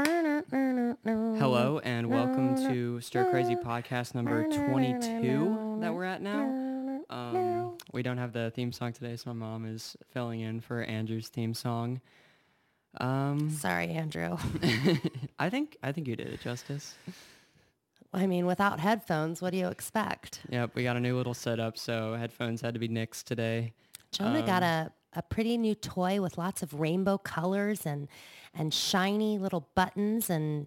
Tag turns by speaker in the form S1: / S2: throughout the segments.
S1: Mm-hmm.
S2: Hello and welcome to Stir Crazy Podcast number 22 that we're at now. Um, we don't have the theme song today, so my mom is filling in for Andrew's theme song. Um,
S1: Sorry, Andrew.
S2: I think I think you did it justice.
S1: I mean, without headphones, what do you expect?
S2: Yep, we got a new little setup, so headphones had to be nixed today.
S1: Jonah got a, a pretty new toy with lots of rainbow colors and and shiny little buttons and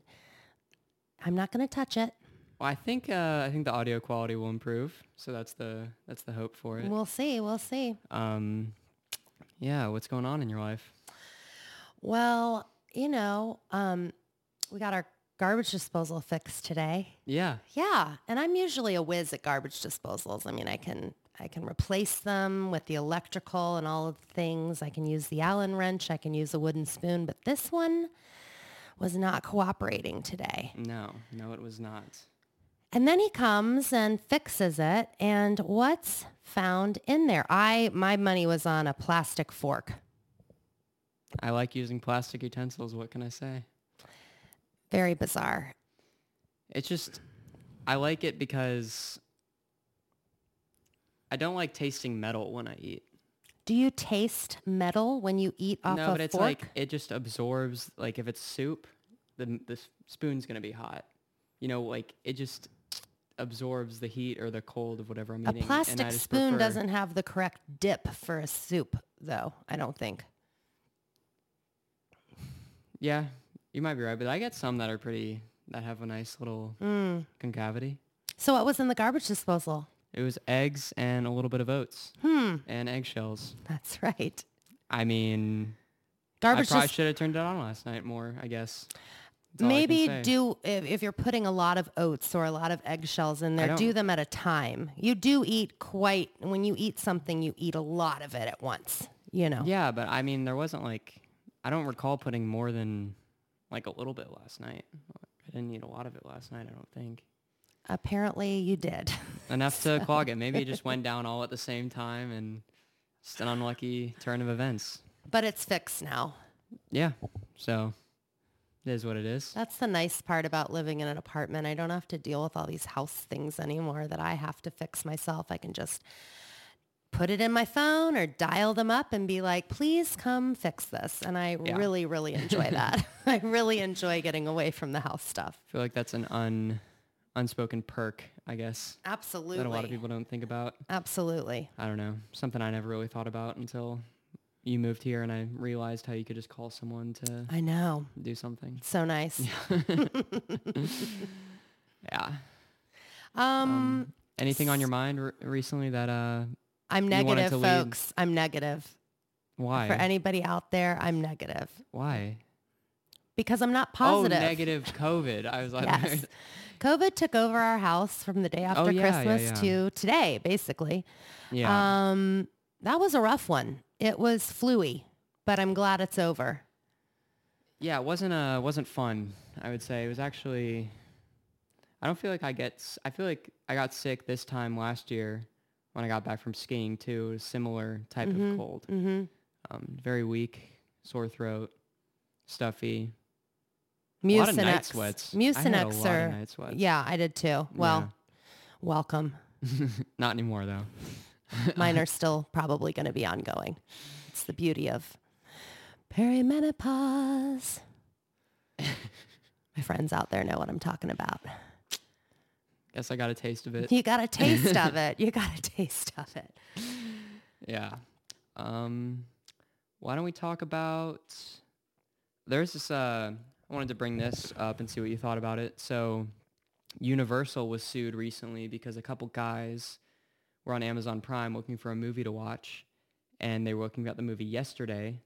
S1: I'm not going to touch it.
S2: Well, I think uh, I think the audio quality will improve, so that's the that's the hope for it.
S1: We'll see. We'll see.
S2: Um, yeah, what's going on in your life?
S1: Well, you know, um, we got our garbage disposal fixed today.
S2: Yeah,
S1: Yeah, and I'm usually a whiz at garbage disposals. I mean, I can I can replace them with the electrical and all of the things. I can use the Allen wrench. I can use a wooden spoon, but this one was not cooperating today.
S2: no, no, it was not.
S1: And then he comes and fixes it. And what's found in there? I my money was on a plastic fork.
S2: I like using plastic utensils. What can I say?
S1: Very bizarre.
S2: It's just, I like it because I don't like tasting metal when I eat.
S1: Do you taste metal when you eat off
S2: no,
S1: a
S2: but it's
S1: fork?
S2: like it just absorbs. Like if it's soup, the the s- spoon's gonna be hot. You know, like it just absorbs the heat or the cold of whatever I'm
S1: a
S2: eating. and I
S1: plastic
S2: just
S1: spoon
S2: prefer-
S1: doesn't have the correct dip for a soup, though. I don't think.
S2: Yeah, you might be right, but I get some that are pretty that have a nice little
S1: Mm.
S2: concavity.
S1: Hmm. So what was in the garbage disposal? Hmm,
S2: It was eggs and a little bit of oats and eggshells.
S1: That's right.
S2: I mean, I
S1: Garbage.
S2: probably
S1: dis-
S2: should have turned it on last night more, I guess. That's all I can
S1: maybe
S2: say.
S1: do if, if you're putting a lot of oats or a lot of eggshells in there, do
S2: don't-
S1: them at a time. You do eat quite when you eat something, you eat a lot of it at once. You know.
S2: Yeah, but I mean, there wasn't like, I don't recall putting more than like a little bit last night. I didn't eat a lot of it last night, I don't think.
S1: Apparently, you did.
S2: Enough to clog it. Maybe it just went down all at the same time and just an unlucky turn of events.
S1: But it's fixed now.
S2: Yeah. So it is what it is.
S1: That's the nice part about living in an apartment. I don't have to deal with all these house things anymore that I have to fix myself. I can just put it in my phone or dial them up and be like, please come fix this. And I
S2: Yeah.
S1: really, really enjoy that. I really enjoy getting away from the house stuff.
S2: I feel like that's an un, unspoken perk, I guess,
S1: Absolutely.
S2: that a lot of people don't think about.
S1: Absolutely.
S2: I don't know, something I never really thought about until you moved here and I realized how you could just call someone to
S1: I know.
S2: do something.
S1: So nice.
S2: Yeah.
S1: Um,
S2: Anything on your mind re- recently that uh
S1: I'm
S2: you wanted
S1: negative,
S2: to lead-
S1: folks. I'm negative.
S2: why?
S1: For anybody out there, I'm negative
S2: why?
S1: because I'm not positive.
S2: Oh, negative COVID. I was like
S1: Yes. COVID took over our house from the day after
S2: Oh, yeah, yeah,
S1: Christmas
S2: yeah.
S1: to today, basically.
S2: Yeah.
S1: Um, that was a rough one. It was fluey, but I'm glad it's over.
S2: yeah, it wasn't uh wasn't fun, I would say. It was actually I don't feel like I get s- I feel like I got sick this time last year when I got back from skiing too. It was a similar type of cold.
S1: hmm
S2: Um, very weak, sore throat, stuffy.
S1: Mucinex.
S2: A lot of night sweats. I had a
S1: Mucinex
S2: lot
S1: are-
S2: of night sweats.
S1: Yeah, I did too. Well, welcome.
S2: Not anymore though.
S1: Mine are still probably going to be ongoing. It's the beauty of perimenopause. My friends out there know what I'm talking about.
S2: Guess I got a taste of it.
S1: You got a taste of it. You got a taste of it.
S2: Yeah. Um, why don't we talk about? There's this. Uh, I wanted to bring this up and see what you thought about it. So, Universal was sued recently because a couple guys were on Amazon Prime looking for a movie to watch, and they were looking at the movie yesterday.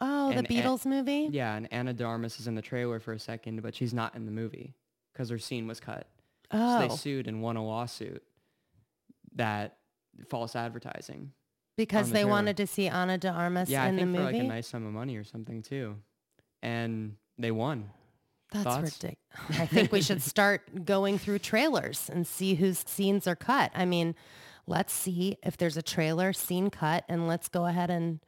S1: Oh,
S2: And a-
S1: the Beatles movie?
S2: Yeah, and Anna Darmus is in the trailer for a second, but she's not in the movie because her scene was cut. So
S1: Oh,
S2: they sued and won a lawsuit that false advertising.
S1: because
S2: on the
S1: they
S2: trailer.
S1: wanted to see Anna de Armas
S2: yeah, I
S1: in the
S2: think
S1: movie.
S2: for like a nice sum of money or something too. And they won.
S1: That's
S2: Thoughts?
S1: ridiculous. I think we should start going through trailers and see whose scenes are cut. I mean, let's see if there's a trailer scene cut, and let's go ahead and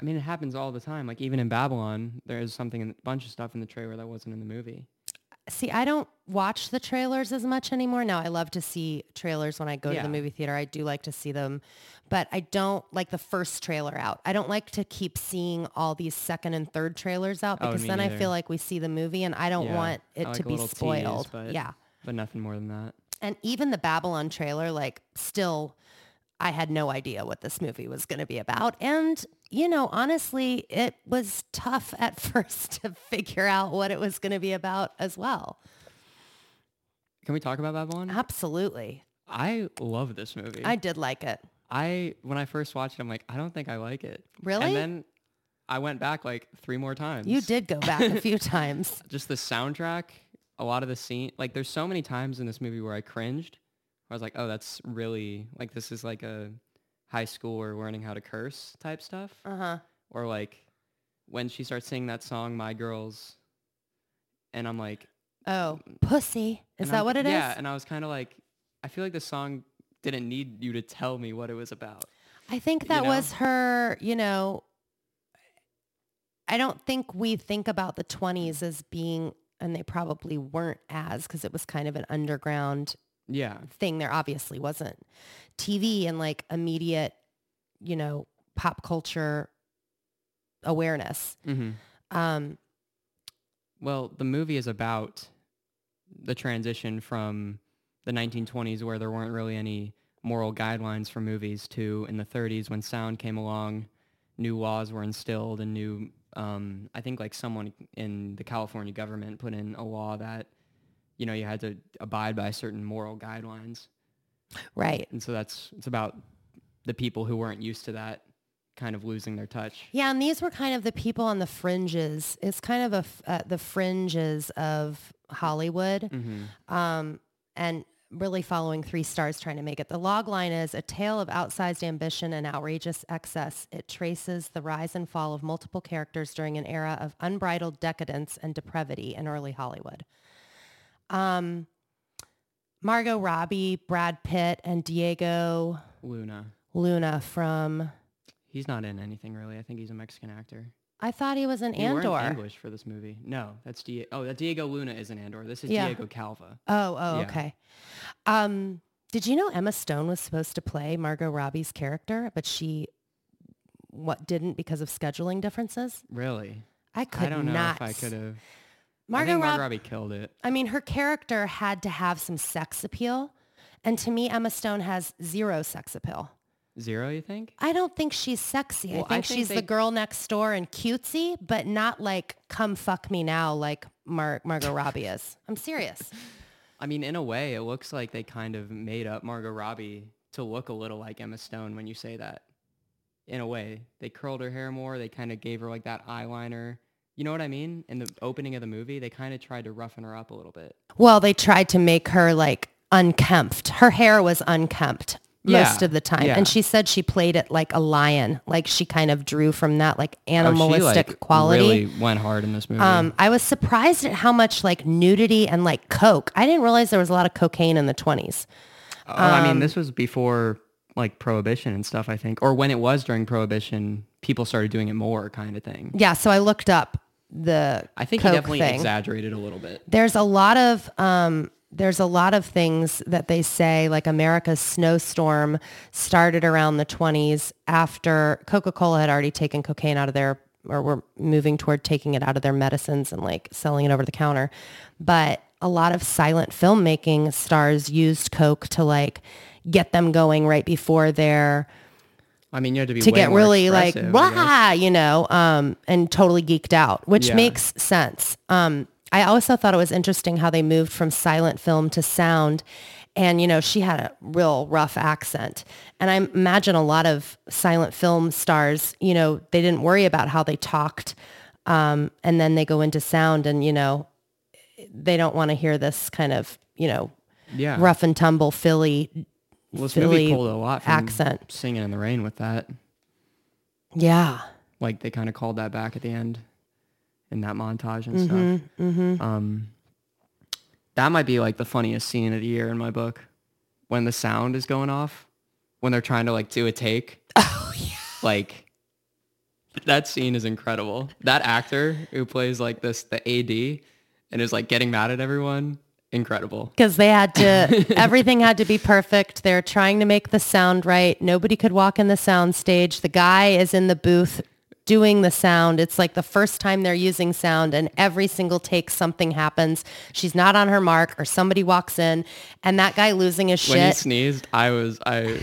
S2: I mean, it happens all the time. Like even in Babylon, there is something, in, a bunch of stuff in the trailer that wasn't in the movie.
S1: see, I don't watch the trailers as much anymore. Now I love to see trailers when I go to
S2: Yeah.
S1: the movie theater. I do like to see them, but I don't like the first trailer out. I don't like to keep seeing all these second and third trailers out
S2: Oh,
S1: because
S2: me
S1: then I
S2: neither.
S1: feel like we see the movie and I don't
S2: Yeah.
S1: want it
S2: I like
S1: to
S2: a
S1: be
S2: little tease,
S1: spoiled.
S2: but-
S1: yeah.
S2: but nothing more than that.
S1: And even the Babylon trailer, like still, I had no idea what this movie was going to be about. And, you know, honestly, it was tough at first to figure out what it was going to be about as well.
S2: Can we talk about Babylon?
S1: Absolutely.
S2: I love this movie.
S1: I did like it.
S2: I when I first watched it, I'm like, I don't think I like it.
S1: Really?
S2: And then I went back like three more times.
S1: You did go back a few times.
S2: Just the soundtrack, a lot of the scene. Like, there's so many times in this movie where I cringed. Where I was like, oh, that's really like this is like a high school or learning how to curse type stuff.
S1: Uh-huh.
S2: Or like when she starts singing that song, My Girls, and I'm like,
S1: Oh, pussy. Is
S2: and
S1: that
S2: I'm-
S1: what it is?
S2: Yeah. And I was kind of like, I feel like this song didn't need you to tell me what it was about.
S1: I think
S2: you
S1: that
S2: know?
S1: was her, you know, I don't think we think about the 20s as being, and they probably weren't as, because it was kind of an underground
S2: Yeah.
S1: thing. There obviously wasn't TV and like immediate, you know, pop culture awareness.
S2: Mm-hmm.
S1: Um,
S2: Well, the movie is about the transition from the 1920s where there weren't really any moral guidelines for movies to in the 30s when sound came along, new laws were instilled and new, um, I think like someone in the California government put in a law that, you know, you had to abide by certain moral guidelines.
S1: right.
S2: And so that's, it's about the people who weren't used to that kind of losing their touch.
S1: Yeah, and these were kind of the people on the fringes. It's kind of a f- uh, the fringes of Hollywood,
S2: hmm
S1: um, and really following three stars trying to make it. The log line is a tale of outsized ambition and outrageous excess. It traces the rise and fall of multiple characters during an era of unbridled decadence and depravity in early Hollywood. Um, Margot Robbie, Brad Pitt, and Diego
S2: Luna.
S1: Luna from.
S2: He's not in anything really. I think he's a Mexican actor.
S1: I thought he was in
S2: You weren't
S1: Andor.
S2: English for this movie. No, that's Diego. Oh, that Diego Luna is an Andor. This is
S1: Yeah.
S2: Diego Calva.
S1: Oh, oh,
S2: Yeah.
S1: okay. Um, did you know Emma Stone was supposed to play Margot Robbie's character, but she what didn't because of scheduling differences?
S2: Really?
S1: I could
S2: I don't know
S1: not.
S2: if I could have. I
S1: Margot
S2: think
S1: Rob-
S2: Margot Robbie killed it.
S1: I mean, her character had to have some sex appeal, and to me, Emma Stone has zero sex appeal.
S2: Zero, you think?
S1: I don't think she's sexy. I,
S2: Well,
S1: think
S2: I think
S1: she's
S2: they-
S1: the girl next door and cutesy, but not like come fuck me now like Mar- Margot Robbie is. I'm serious.
S2: I mean, in a way, it looks like they kind of made up Margot Robbie to look a little like Emma Stone when you say that. In a way, they curled her hair more. They kind of gave her like that eyeliner. You know what I mean? In the opening of the movie, they kind of tried to roughen her up a little bit.
S1: Well, they tried to make her like unkempt. Her hair was unkempt most
S2: Yeah,
S1: of the time.
S2: yeah.
S1: And she said she played it like a lion. Like she kind of drew from that like animalistic quality.
S2: Oh, really went hard in this movie.
S1: Um, I was surprised at how much like nudity and like coke. I didn't realize there was a lot of cocaine in the 20s.
S2: Oh, I
S1: Um,
S2: mean, this was before like prohibition and stuff, I think, or when it was during prohibition, people started doing it more kind of thing.
S1: Yeah, so I looked up the
S2: I think
S1: coke
S2: he definitely
S1: thing.
S2: exaggerated a little bit.
S1: there's a lot of um, there's a lot of things that they say like America's snowstorm started around the 20s after Coca-Cola had already taken cocaine out of their or were moving toward taking it out of their medicines and like selling it over the counter. But a lot of silent filmmaking stars used coke to like get them going right before their
S2: I mean, you had to be
S1: to
S2: way
S1: get
S2: more
S1: really like
S2: expressive, I guess.
S1: wah, you know, um, and totally geeked out, which
S2: Yeah.
S1: makes sense. Um, I also thought it was interesting how they moved from silent film to sound, and you know, she had a real rough accent, and I imagine a lot of silent film stars, you know, they didn't worry about how they talked, um, and then they go into sound, and you know, they don't want to hear this kind of you know
S2: Yeah,
S1: rough and tumble Philly.
S2: Hmm. well, this
S1: Philly
S2: movie pulled a lot from
S1: accent.
S2: singing in the rain with that.
S1: Yeah.
S2: Like they kind of called that back at the end in that montage and stuff.
S1: Mm-hmm.
S2: Um, that might be like the funniest scene of the year in my book when the sound is going off when they're trying to like do a take.
S1: Oh yeah.
S2: like that scene is incredible. That actor who plays like this, the AD, and is like getting mad at everyone. Incredible.
S1: because they had to everything had to be perfect they're trying to make the sound right nobody could walk in the sound stage the guy is in the booth doing the sound it's like the first time they're using sound and every single take something happens she's not on her mark or somebody walks in and that guy losing his
S2: When he
S1: shit
S2: sneezed, I was I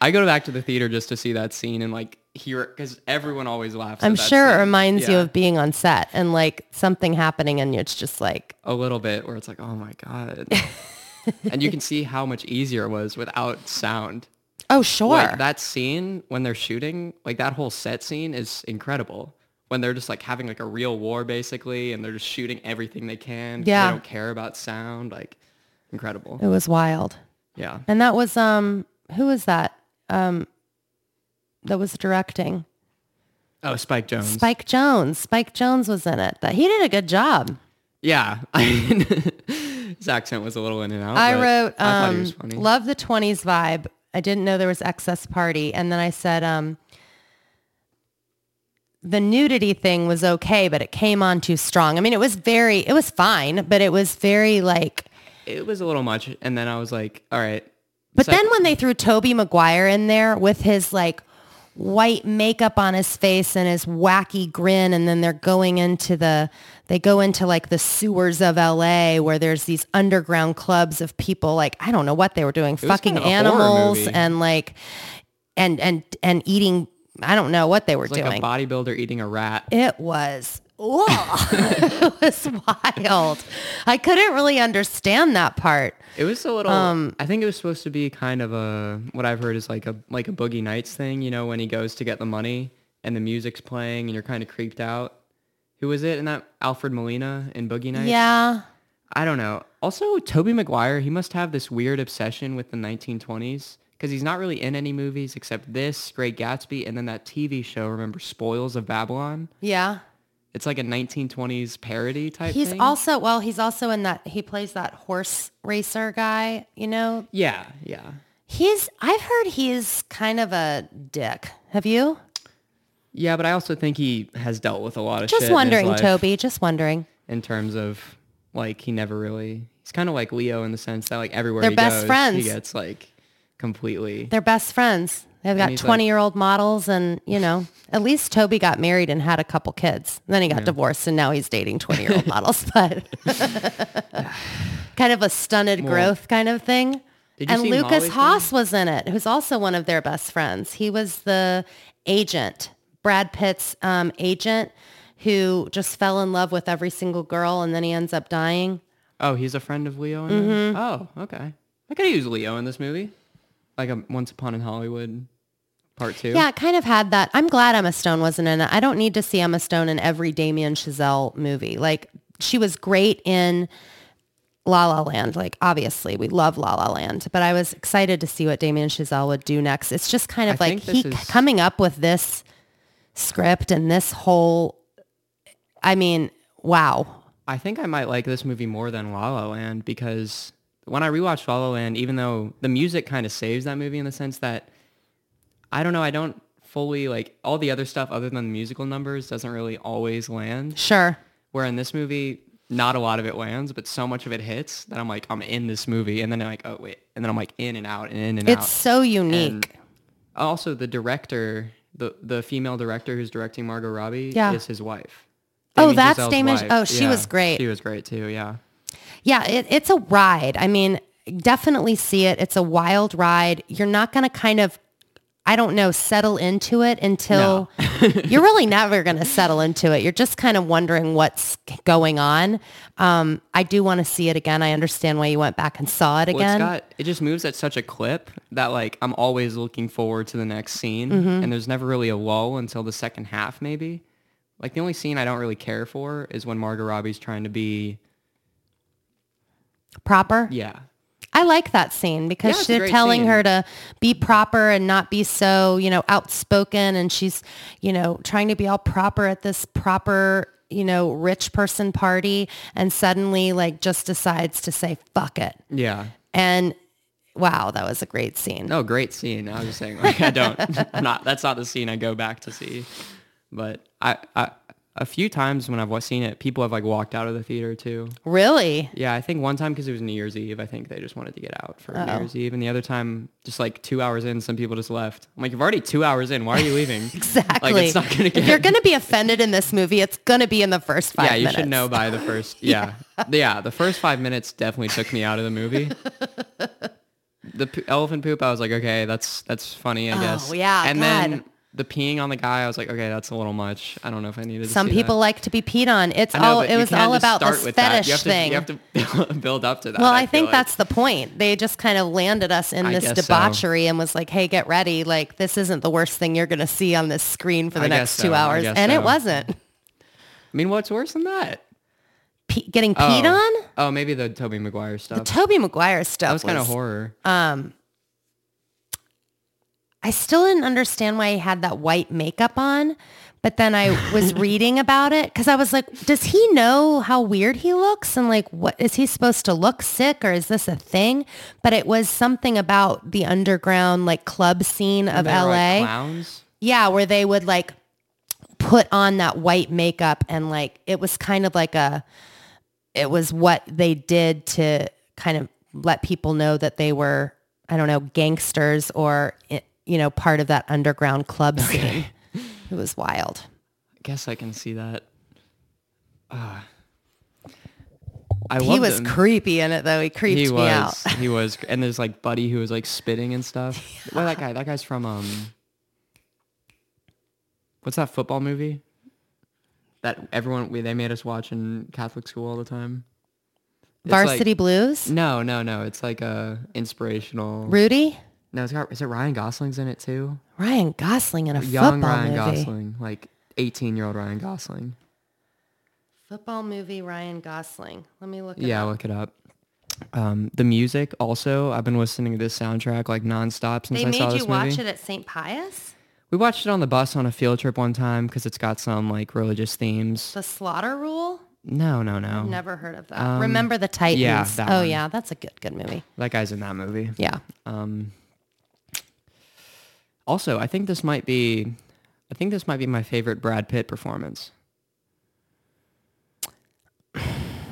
S2: I go back to the theater just to see that scene and like hear because everyone always laughs.
S1: i'm
S2: at that
S1: sure it
S2: scene.
S1: reminds you
S2: Yeah.
S1: of being on set and like something happening and it's just like
S2: a little bit where it's like, oh my god. and you can see how much easier it was without sound.
S1: oh sure
S2: Like that scene when they're shooting, like that whole set scene is incredible. When they're just like having like a real war basically and they're just shooting everything they can. 'cause
S1: Yeah.
S2: They don't care about sound. Like incredible.
S1: it was wild
S2: Yeah.
S1: And that was um who was that? Um that was directing.
S2: Oh, Spike Jones.
S1: Spike Jones. Spike Jones was in it. That he did a good job.
S2: Yeah. I mean, his accent was a little in and out.
S1: I
S2: but
S1: wrote
S2: I thought he
S1: um
S2: was funny.
S1: Love the 20s vibe. I didn't know there was excess party and then I said um the nudity thing was okay, but it came on too strong. I mean, it was very it was fine, but it was very like
S2: it was a little much. And then I was like, all right.
S1: But
S2: Sec-
S1: then when they threw Toby Maguire in there with his like white makeup on his face and his wacky grin and then they're going into the they go into like the sewers of LA where there's these underground clubs of people like I don't know what they were doing
S2: was
S1: fucking
S2: kind of a horror
S1: animals
S2: movie.
S1: and like and and and eating I don't know what they were
S2: It's like
S1: doing.
S2: a bodybuilder eating a rat.
S1: It was. Whoa. it was wild. I couldn't really understand that part.
S2: It was a little.
S1: Um,
S2: I think it was supposed to be kind of a what I've heard is like a like a Boogie Nights thing. You know, when he goes to get the money and the music's playing and you're kind of creeped out. Who was it? And that Alfred Molina in Boogie Nights.
S1: Yeah.
S2: I don't know. Also, Toby Maguire, he must have this weird obsession with the 1920s because he's not really in any movies except this Great Gatsby and then that TV show. Remember Spoils of Babylon?
S1: Yeah.
S2: It's like a 1920s parody type.
S1: He's
S2: thing.
S1: also well. He's also in that. He plays that horse racer guy. You know,
S2: Yeah, yeah.
S1: he's. I've heard he's kind of a dick. Have you?
S2: Yeah, but I also think he has dealt with a lot of shit. in
S1: Just
S2: his
S1: wondering,
S2: life.
S1: Toby. Just wondering.
S2: in terms of like he never really he's kind of like Leo in the sense that like everywhere
S1: They're
S2: he
S1: best
S2: goes,
S1: friends.
S2: he gets like completely
S1: They're best friends. They've got
S2: he's like-
S1: twenty-year-old models, and you know, at least Toby got married and had a couple kids. And then he got divorced, and now he's dating twenty-year-old models. But kind of a stunted growth kind of thing.
S2: Did you
S1: And
S2: see
S1: Lucas
S2: Molly's
S1: Haas was in it, who's also one of their best friends. He was the agent, Brad Pitt's um, agent, who just fell in love with every single girl, and then he ends up dying.
S2: oh he's a friend of Leo. In this?
S1: Mm-hmm.
S2: Oh okay, I could use Leo in this movie, like a Once Upon in Hollywood part two.
S1: Yeah, it kind of had that. I'm glad Emma Stone wasn't in it. I don't need to see Emma Stone in every Damien Chazelle movie. Like she was great in La La Land. Like obviously we love La La Land, but I was excited to see what Damien Chazelle would do next. It's just kind of
S2: I
S1: like
S2: think
S1: he
S2: this is-
S1: coming up with this script and this whole. I mean, wow.
S2: I think I might like this movie more than La La Land because when I rewatched La La Land, even though the music kind of saves that movie in the sense that I don't know, I don't fully like all the other stuff other than the musical numbers doesn't really always land.
S1: Sure.
S2: Where in this movie, not a lot of it lands, but so much of it hits that I'm like, I'm in this movie, and then I'm like, oh wait, and then I'm like in and out and in and
S1: It's so unique.
S2: out. Also, the director, the the female director who's directing Margot Robbie,
S1: Yeah.
S2: is his wife.
S1: Oh,
S2: Damien
S1: that's
S2: Chazelle's
S1: Damien-
S2: wife.
S1: oh, she was
S2: Yeah,
S1: great.
S2: She was great too. Yeah.
S1: Yeah, it, it's a ride. I mean, definitely see it. It's a wild ride. You're not going to kind of, I don't know, settle into it until you're really never going to settle into it. You're just kind of wondering what's going on. Um, I do want to see it again. I understand why you went back and saw it
S2: Well, it's
S1: again.
S2: got it just moves at such a clip that like I'm always looking forward to the next scene,
S1: Mm-hmm.
S2: and there's never really a lull until the second half, maybe. Like the only scene I don't really care for is when Margot Robbie's trying to be,
S1: Proper.
S2: yeah,
S1: I like that scene
S2: Yeah,
S1: because
S2: it's a
S1: they're
S2: great
S1: telling
S2: scene.
S1: her to be proper and not be so, you know, outspoken. And she's, you know, trying to be all proper at this proper, you know, rich person party and suddenly like just decides to say, fuck it.
S2: yeah.
S1: And wow, that was a great scene.
S2: No, great scene. I was just saying, like, I don't, I'm not, that's not the scene I go back to see. But I, I, a few times when I've wa- seen it, people have like walked out of the theater too.
S1: Really?
S2: Yeah, I think one time because it was New Year's Eve, I think they just wanted to get out for
S1: Uh-oh.
S2: New Year's Eve, and the other time, just like two hours in, some people just left. I'm like, you've already two hours in. Why are you leaving?
S1: Exactly.
S2: Like it's not gonna
S1: if you're
S2: get.
S1: going to be offended in this movie, it's going to be in the first five
S2: yeah, you
S1: minutes.
S2: should know by the first. Yeah, yeah. The first five minutes definitely took me out of the movie. the p- elephant poop, I was like, okay, that's that's funny, I
S1: Oh,
S2: guess.
S1: yeah,
S2: And
S1: God.
S2: then the peeing on the guy, I was like, okay, that's a little much. I don't know if I needed. to
S1: Some
S2: see that.
S1: people like to be peed on. It's
S2: I know,
S1: all
S2: but
S1: it
S2: you
S1: was
S2: can't
S1: all
S2: just
S1: about this
S2: start with that.
S1: fetish
S2: You have to-
S1: thing.
S2: You have to build up to that.
S1: well, I,
S2: feel
S1: think
S2: like.
S1: that's the point. They just kind of landed us in
S2: I
S1: this
S2: guess so.
S1: debauchery and was like, "Hey, get ready! Like this isn't the worst thing you're going to see on this screen for the
S2: I guess
S1: next two
S2: so, I
S1: hours,"
S2: guess
S1: and it
S2: so.
S1: wasn't.
S2: I mean, what's worse than that?
S1: Pe- getting peed
S2: Oh.
S1: on.
S2: Oh, maybe the Toby Maguire
S1: The
S2: stuff.
S1: Toby Maguire stuff
S2: that was kind of horror.
S1: Um, I still didn't understand why he had that white makeup on, but then I was reading about it because I was like, does he know how weird he looks? And like, what is he supposed to look sick or is this a thing? But it was something about the underground like club scene of
S2: They were,
S1: LA.
S2: like, clowns.
S1: Yeah, where they would like put on that white makeup and like it was kind of like a it was what they did to kind of let people know that they were I don't know gangsters or i- you know part of that underground club scene. It was wild.
S2: I guess I can see that. Ah. I
S1: he
S2: loved
S1: was
S2: him.
S1: creepy in it though. He creeped
S2: He
S1: me out.
S2: was. He was. cr- And there's like Buddy who was like spitting and stuff. Well, that guy. That guy's from um. What's that football movie? That everyone we, they made us watch in Catholic school all the time. It's like-
S1: Varsity Blues.
S2: no, no, no. It's like a inspirational.
S1: Rudy,
S2: no, it's got. Is it Ryan Gosling's in it too?
S1: Ryan Gosling in a
S2: Young
S1: football
S2: Ryan
S1: movie.
S2: Gosling, like 18 year old Ryan Gosling.
S1: Football movie Ryan Gosling. Let me look it
S2: Yeah,
S1: up.
S2: look it up. Um, the music also. I've been listening to this soundtrack like nonstop since
S1: They
S2: I saw
S1: made
S2: this
S1: you
S2: movie.
S1: watch it at St. Pius?
S2: We watched it on the bus on a field trip one time because it's got some like religious themes.
S1: The Slaughter Rule?
S2: No, no, no.
S1: Never heard of that.
S2: Um,
S1: Remember the Titans.
S2: yeah, that
S1: oh
S2: one.
S1: yeah, that's a good good movie.
S2: That guy's in that movie.
S1: Yeah.
S2: Um, also, I think this might be, I think this might be my favorite Brad Pitt performance.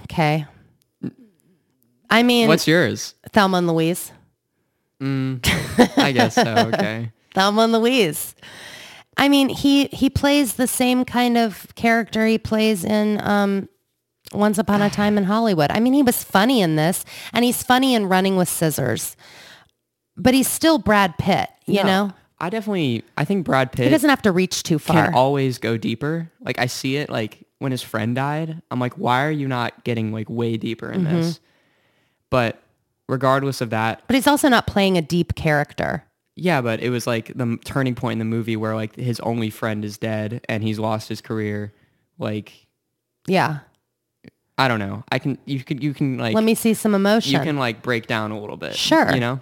S1: Okay. I mean
S2: What's yours?
S1: Thelma and Louise.
S2: Mm, I guess so. Okay.
S1: Thelma and Louise. I mean, he he plays the same kind of character he plays in um, Once Upon a Time in Hollywood. I mean, he was funny in this, and he's funny in Running with Scissors, but he's still Brad Pitt. You
S2: No,
S1: know,
S2: I definitely, I think Brad
S1: he
S2: Pitt
S1: doesn't have to reach too far.
S2: can always go deeper. Like I see it like when his friend died, I'm like, why are you not getting like way deeper in
S1: Mm-hmm.
S2: this? But regardless of that,
S1: but he's also not playing a deep character.
S2: Yeah, but it was like the m- turning point in the movie where like his only friend is dead and he's lost his career. Like
S1: Yeah.
S2: I don't know. I can you can you can like
S1: Let me see some emotion.
S2: you can like break down a little bit.
S1: Sure.
S2: You know.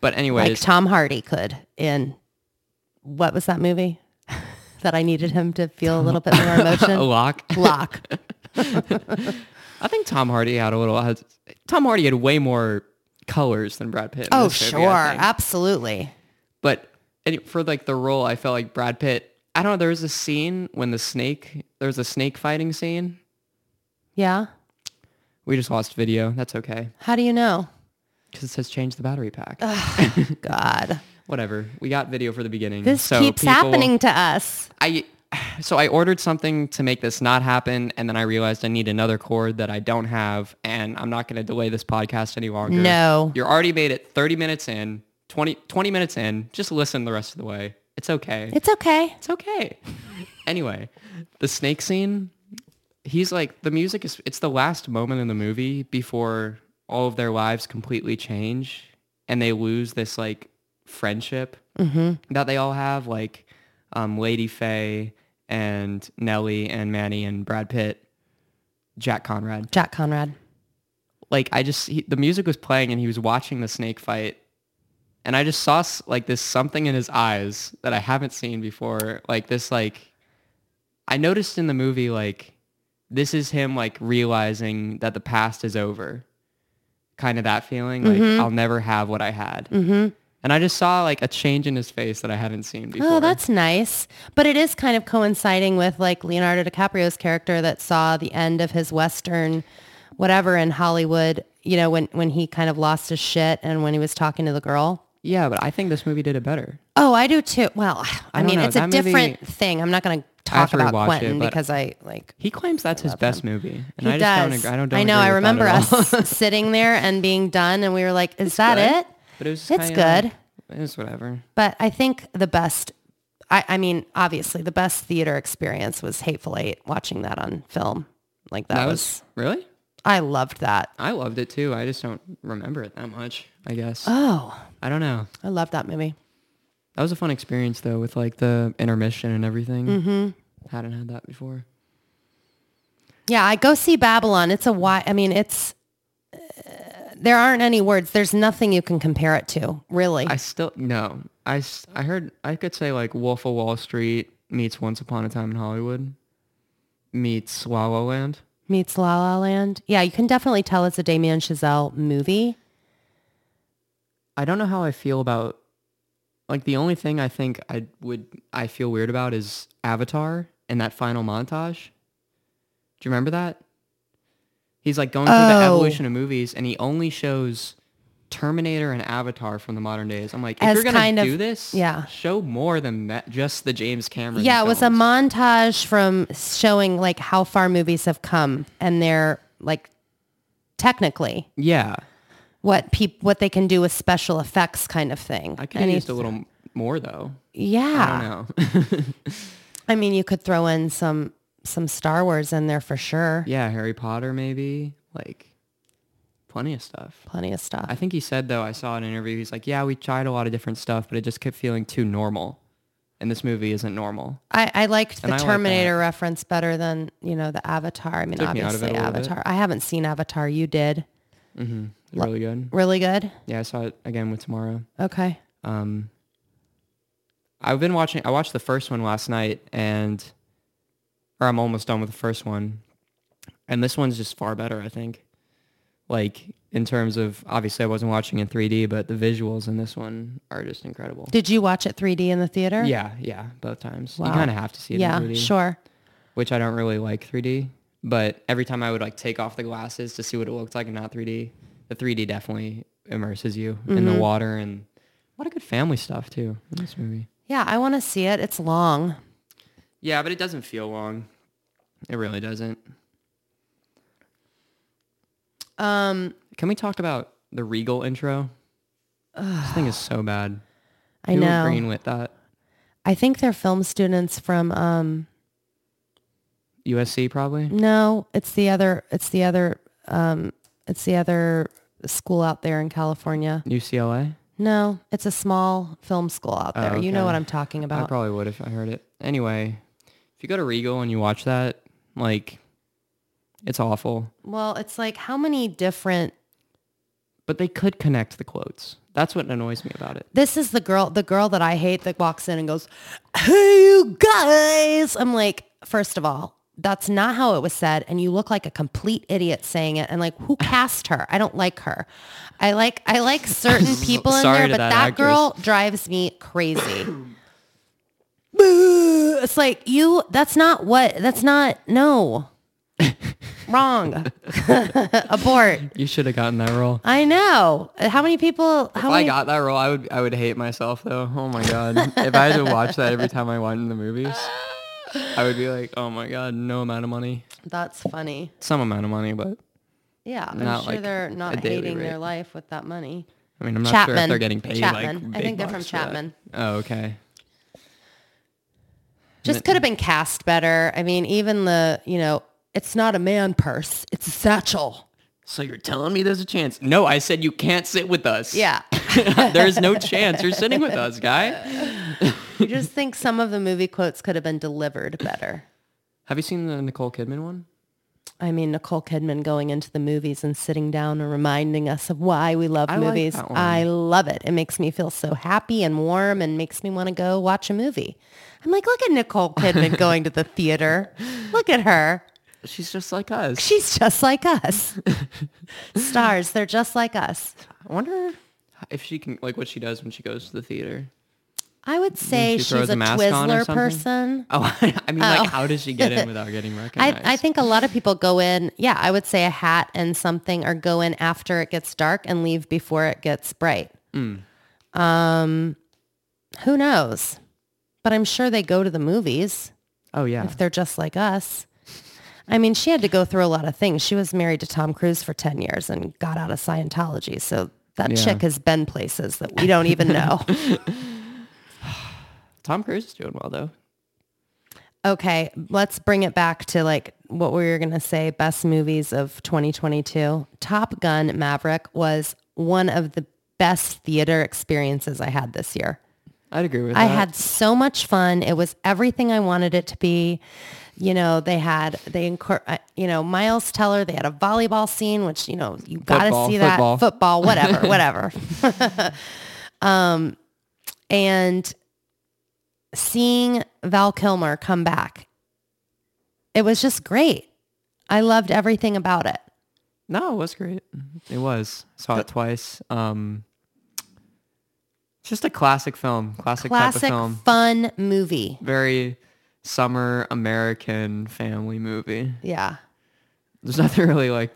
S2: But
S1: like
S2: anyways,
S1: Tom Hardy could in what was that movie that I needed him to feel a little bit more
S2: a
S1: emotion?
S2: lock.
S1: Lock.
S2: I think Tom Hardy had a little. Has, Tom Hardy had way more colors than Brad Pitt. in
S1: Oh
S2: this
S1: sure,
S2: movie, I think.
S1: absolutely.
S2: But any, for like the role, I felt like Brad Pitt. I don't know. There was a scene when the snake. There was a snake fighting scene.
S1: Yeah.
S2: We just lost video. That's okay.
S1: How do you know?
S2: Because it says change the battery pack.
S1: God,
S2: Whatever. We got video for the beginning.
S1: this
S2: so
S1: keeps
S2: people-
S1: happening to us.
S2: I so I ordered something to make this not happen, and then I realized I need another cord that I don't have, and I'm not going to delay this podcast any longer.
S1: No.
S2: You're already made it 30 minutes in, 20, 20 minutes in. Just listen the rest of the way. It's okay.
S1: It's okay.
S2: It's okay. anyway, the snake scene, he's like, the music is, it's the last moment in the movie before all of their lives completely change and they lose this like friendship
S1: Mm-hmm.
S2: that they all have, like um, Lady Faye and Nellie and Manny and Brad Pitt, Jack Conrad.
S1: Jack Conrad.
S2: Like I just, he, the music was playing and he was watching the snake fight. And I just saw s- like this something in his eyes that I haven't seen before. Like this, like I noticed in the movie, like this is him like realizing that the past is over. Kind of that feeling, like
S1: Mhm.
S2: I'll never have what I had.
S1: Mm-hmm.
S2: And I just saw like a change in his face that I haven't seen before.
S1: Oh, that's nice. But it is kind of coinciding with like Leonardo DiCaprio's character that saw the end of his Western whatever in Hollywood, you know, when, when he kind of lost his shit and when he was talking to the girl.
S2: yeah, but I think this movie did it better.
S1: Oh, I do too. Well, I,
S2: I don't
S1: mean,
S2: know.
S1: it's a
S2: That movie-
S1: different thing. I'm not going to talk
S2: have to
S1: about
S2: rewatch it,
S1: Quentin
S2: but-
S1: because I like
S2: He claims that's his best movie, and
S1: he
S2: I just
S1: does.
S2: don't. Agree, I don't. don't
S1: I know.
S2: agree
S1: I
S2: with that
S1: remember
S2: at
S1: us
S2: all.
S1: sitting there and being done, and we were like, "Is that
S2: good.
S1: it?"
S2: but it was. just
S1: It's
S2: kinda- It was whatever.
S1: But I think the best, I, I mean, obviously the best theater experience was Hateful Eight, watching that on film. Like that,
S2: That
S1: was,
S2: was really.
S1: I loved that.
S2: I loved it too. I just don't remember it that much. I guess
S1: Oh,
S2: I don't know.
S1: I love that movie.
S2: That was a fun experience though, with like the intermission and everything. Mm-hmm. Hadn't had that before.
S1: Yeah, I go see Babylon. It's a why. I mean, it's, uh, there aren't any words. There's nothing you can compare it to, really.
S2: I still no. I s- I heard I could say like Wolf of Wall Street meets Once Upon a Time in Hollywood meets La La Land.
S1: Meets La La Land. Yeah, you can definitely tell it's a Damien Chazelle movie.
S2: I don't know how I feel about like the only thing I think I would I feel weird about is Avatar and that final montage. Do you remember that? He's like going through the
S1: Oh.
S2: evolution of movies and he only shows Terminator and Avatar from the modern days. I'm like, if
S1: As
S2: you're gonna
S1: kind of-
S2: do this,
S1: yeah.
S2: show more than that just the James Cameron.
S1: Yeah, it was a
S2: films.
S1: montage from showing like how far movies have come and they're like technically
S2: Yeah.
S1: what peop- what they can do with special effects kind of thing.
S2: I could
S1: And
S2: have used a
S1: it's-
S2: little m- more though.
S1: Yeah.
S2: I don't know.
S1: I, mean, you could throw in some some Star Wars in there for sure.
S2: yeah, Harry Potter maybe. Like plenty of stuff.
S1: Plenty of stuff.
S2: I think he said though, I saw an interview, he's like, Yeah, we tried a lot of different stuff, but it just kept feeling too normal. And this movie isn't normal.
S1: I, I liked
S2: And
S1: the
S2: I like that.
S1: Terminator reference better than, you know, the Avatar. I mean,
S2: Took me out of it
S1: obviously
S2: a little bit.
S1: Avatar. I haven't seen Avatar. You did.
S2: Mm-hmm. It's
S1: Lo-
S2: really good.
S1: Really good?
S2: Yeah, I saw it again with tomorrow.
S1: Okay.
S2: Um I've been watching I watched the first one last night and or I'm almost done with the first one. And this one's just far better, I think. Like in terms of obviously I wasn't watching in 3D, but the visuals in this one are just incredible.
S1: Did you watch it 3D in the theater?
S2: Yeah, yeah, both times. You
S1: Wow.
S2: kind of have to see it
S1: Yeah,
S2: in 3D.
S1: sure.
S2: which I don't really like 3D. But every time I would like take off the glasses to see what it looked like in not 3D, the 3D definitely immerses you in the
S1: Mhm.
S2: water and a lot of good family stuff too in this movie.
S1: Yeah, I want to see it. It's long.
S2: Yeah, but it doesn't feel long. It really doesn't.
S1: Um,
S2: Can we talk about the Regal intro? This thing is so bad.
S1: I
S2: Who
S1: know.
S2: Green with that
S1: I think they're film students from. Um,
S2: USC probably.
S1: no, it's the other. It's the other. Um, it's the other school out there in California.
S2: UCLA.
S1: No, it's a small film school out
S2: Oh,
S1: there. You know
S2: okay.
S1: what I'm talking
S2: I
S1: about.
S2: probably would if I heard it. Anyway, if you go to Regal and you watch that, like, it's awful.
S1: well, it's like how many different.
S2: but they could connect the quotes. That's what annoys me about it.
S1: This is the girl, the girl that I hate that walks in and goes, "Hey, you guys!" I'm like, first of all, that's not how it was said, and you look like a complete idiot saying it. And like, who cast her? I don't like her. I like, I like certain people in
S2: Sorry
S1: there,
S2: to
S1: but
S2: that
S1: that,
S2: actress.
S1: girl drives me crazy. Boo! It's like you. That's not what. That's not no. Wrong. Abort.
S2: You should have gotten that role.
S1: I know. How many people? How
S2: If I
S1: many?
S2: got that role, I would I would hate myself though. Oh my god. if I had to watch that every time I went in the movies, I would be like, oh my god, no amount of money.
S1: That's funny.
S2: Some amount of money, but
S1: Yeah, I'm
S2: Not
S1: sure
S2: like
S1: they're
S2: a
S1: not
S2: daily
S1: hating
S2: rate.
S1: their life with that money.
S2: I mean, I'm not sure if they're
S1: Chapman.
S2: getting paid like
S1: Chapman. I
S2: big
S1: think they're from
S2: bucks for that.
S1: Chapman.
S2: Oh, okay.
S1: Just could have been cast better. I mean, even the, you know, it's not a man purse, it's a satchel.
S2: So you're telling me there's a chance? No, I said you can't sit with us.
S1: Yeah.
S2: there is no chance you're sitting with us, guy.
S1: you just think some of the movie quotes could have been delivered better.
S2: Have you seen the Nicole Kidman one?
S1: I mean, Nicole Kidman going into the movies and sitting down and reminding us of why we love
S2: I like
S1: movies.
S2: that one.
S1: I love it. It makes me feel so happy and warm and makes me want to go watch a movie. I'm like, look at Nicole Kidman going to the theater. Look at her.
S2: She's just like us.
S1: She's just like us. Stars, they're just like us.
S2: I wonder if she can like what she does when she goes to the theater.
S1: I would say
S2: she
S1: she's
S2: throws
S1: a
S2: a mask on or
S1: Twizzler
S2: something?
S1: person.
S2: Oh, I mean,
S1: Oh.
S2: like, how does she get in without getting
S1: I,
S2: recognized?
S1: I think a lot of people go in, yeah, I would say a hat and something or go in after it gets dark and leave before it gets bright.
S2: Mm.
S1: Um, who knows? But I'm sure they go to the movies
S2: Oh yeah.
S1: if they're just like us. I mean, she had to go through a lot of things. She was married to Tom Cruise for 10 years and got out of Scientology. So that
S2: Yeah.
S1: chick has been places that we don't even know.
S2: Tom Cruise is doing well though.
S1: okay, let's bring it back to like what we were going to say best movies of 2022. Top Gun Maverick was one of the best theater experiences I had this year.
S2: I'd agree with
S1: I
S2: that.
S1: had so much fun. It was everything I wanted it to be. You know, they had they incor- uh, you know Miles Teller. They had a volleyball scene, which you know you got to
S2: Football,
S1: see that
S2: football.
S1: football, whatever, whatever. um, and seeing Val Kilmer come back, it was just great. I loved everything about it.
S2: No, it was great. Mm-hmm. It was. Saw it twice. Um, it's just a classic film, classic,
S1: Classic,
S2: type of film.
S1: fun movie.
S2: Very summer American family movie.
S1: Yeah.
S2: There's nothing really like.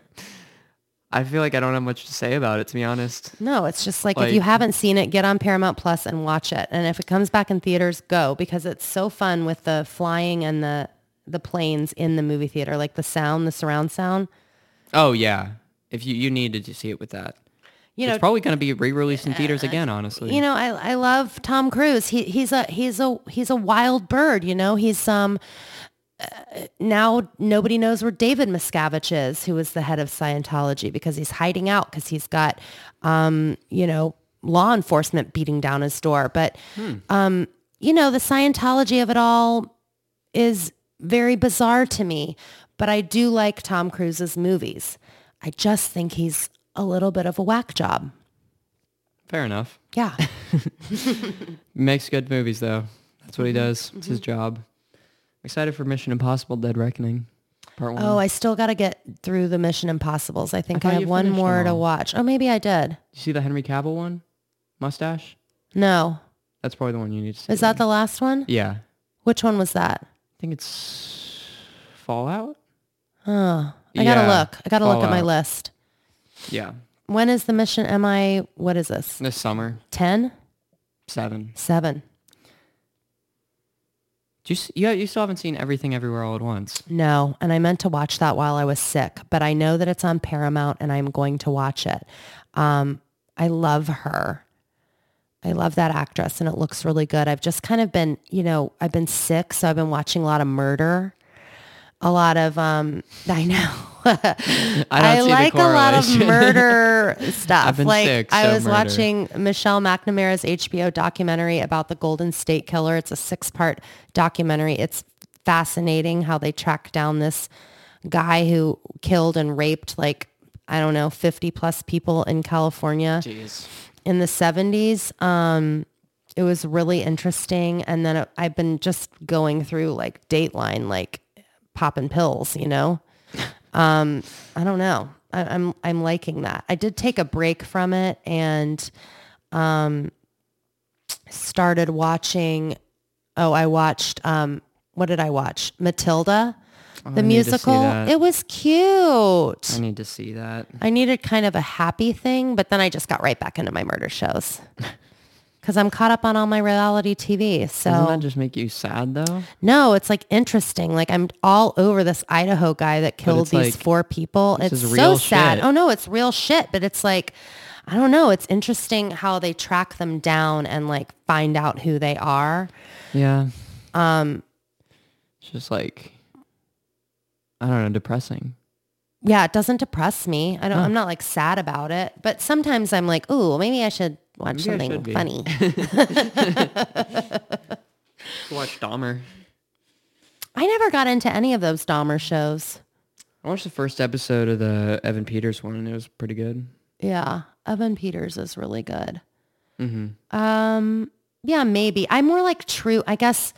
S2: I feel like I don't have much to say about it, to be honest.
S1: No, it's just like, if
S2: Like-
S1: you haven't seen it, get on Paramount Plus and watch it. And if it comes back in theaters, go because it's so fun with the flying and the the planes in the movie theater, like the sound, the surround sound.
S2: Oh yeah, if you you needed to see it with that,
S1: You know, uh,
S2: it's probably going to be re-released in theaters again. Honestly,
S1: you know, I I love Tom Cruise. He he's a he's a he's a wild bird. You know, he's um. Uh, now nobody knows where David Miscavige is, who is the head of Scientology, because he's hiding out because he's got, um, you know, law enforcement beating down his door. But, um, you know, the Scientology of it all is very bizarre to me, but I do like Tom Cruise's movies. I just think he's a little bit of a whack job.
S2: fair enough.
S1: Yeah.
S2: Makes good movies though. That's
S1: Mm-hmm.
S2: what he does. It's his job. excited for Mission Impossible: Dead Reckoning, part one.
S1: Oh, I still got to get through the Mission Impossibles. I think I,
S2: Mm. thought
S1: have
S2: you
S1: one
S2: finished
S1: more
S2: them
S1: to
S2: all.
S1: watch. Oh, maybe I did.
S2: you see the Henry Cavill one, mustache?
S1: No.
S2: That's probably the one you need to see.
S1: Is that the last one?
S2: Yeah, I
S1: Which one was that?
S2: think it's Fallout.
S1: Oh, I got to
S2: Yeah,
S1: look. I got to look at my
S2: Fallout.
S1: list.
S2: Yeah,
S1: When is the mission? Am I, what is this?
S2: this summer
S1: 10?
S2: seven.
S1: 7?
S2: Do you s- yeah you still haven't seen Everything Everywhere All at Once?
S1: No. And I meant to watch that while I was sick, but I know that it's on Paramount and I'm going to watch it. Um, I love her. I love that actress and it looks really good. I've just kind of been, you know, I've been sick, so I've been watching a lot of murder, a lot of, um, I know. I,
S2: see the
S1: like a lot of
S2: correlation.
S1: murder stuff.
S2: been
S1: like
S2: sick,
S1: I
S2: so
S1: was
S2: murder.
S1: watching Michelle McNamara's HBO documentary about the Golden State Killer. It's a six-part documentary. It's fascinating how they track down this guy who killed and raped like I don't know 50 plus people in California
S2: Jeez.
S1: in the 70s. Um, it was really interesting. And then I've been just going through like Dateline, like popping pills, you know? Um, I don't know. I, I'm, I'm liking that. I did take a break from it and um, started watching. Oh, I watched, um, what did I watch? Matilda,
S2: Oh,
S1: the
S2: I need to see
S1: musical.
S2: that.
S1: It was cute.
S2: I need to see that.
S1: I needed kind of a happy thing, but then I just got right back into my murder shows because I'm caught up on all my reality TV.
S2: Doesn't that
S1: So
S2: just make you sad though?
S1: no, it's like interesting. Like I'm all over this Idaho guy that killed
S2: it's
S1: these
S2: like,
S1: four people.
S2: this
S1: It's
S2: is
S1: so
S2: real
S1: sad.
S2: shit.
S1: Oh no, it's real shit, but it's like, I don't know. It's interesting how they track them down and like find out who they are.
S2: Yeah.
S1: Um,
S2: It's just like I don't know, depressing.
S1: yeah, it doesn't depress me. I don't,
S2: Huh.
S1: I'm not like sad about it, but sometimes I'm like, ooh, maybe I should watch
S2: Maybe I
S1: something
S2: should be.
S1: funny.
S2: Watch Dahmer.
S1: I never got into any of those Dahmer shows.
S2: I watched the first episode of the Evan Peters one and it was pretty good.
S1: Yeah, Evan Peters is really good.
S2: Mm-hmm.
S1: Um, yeah, maybe. I'm more like true. I guess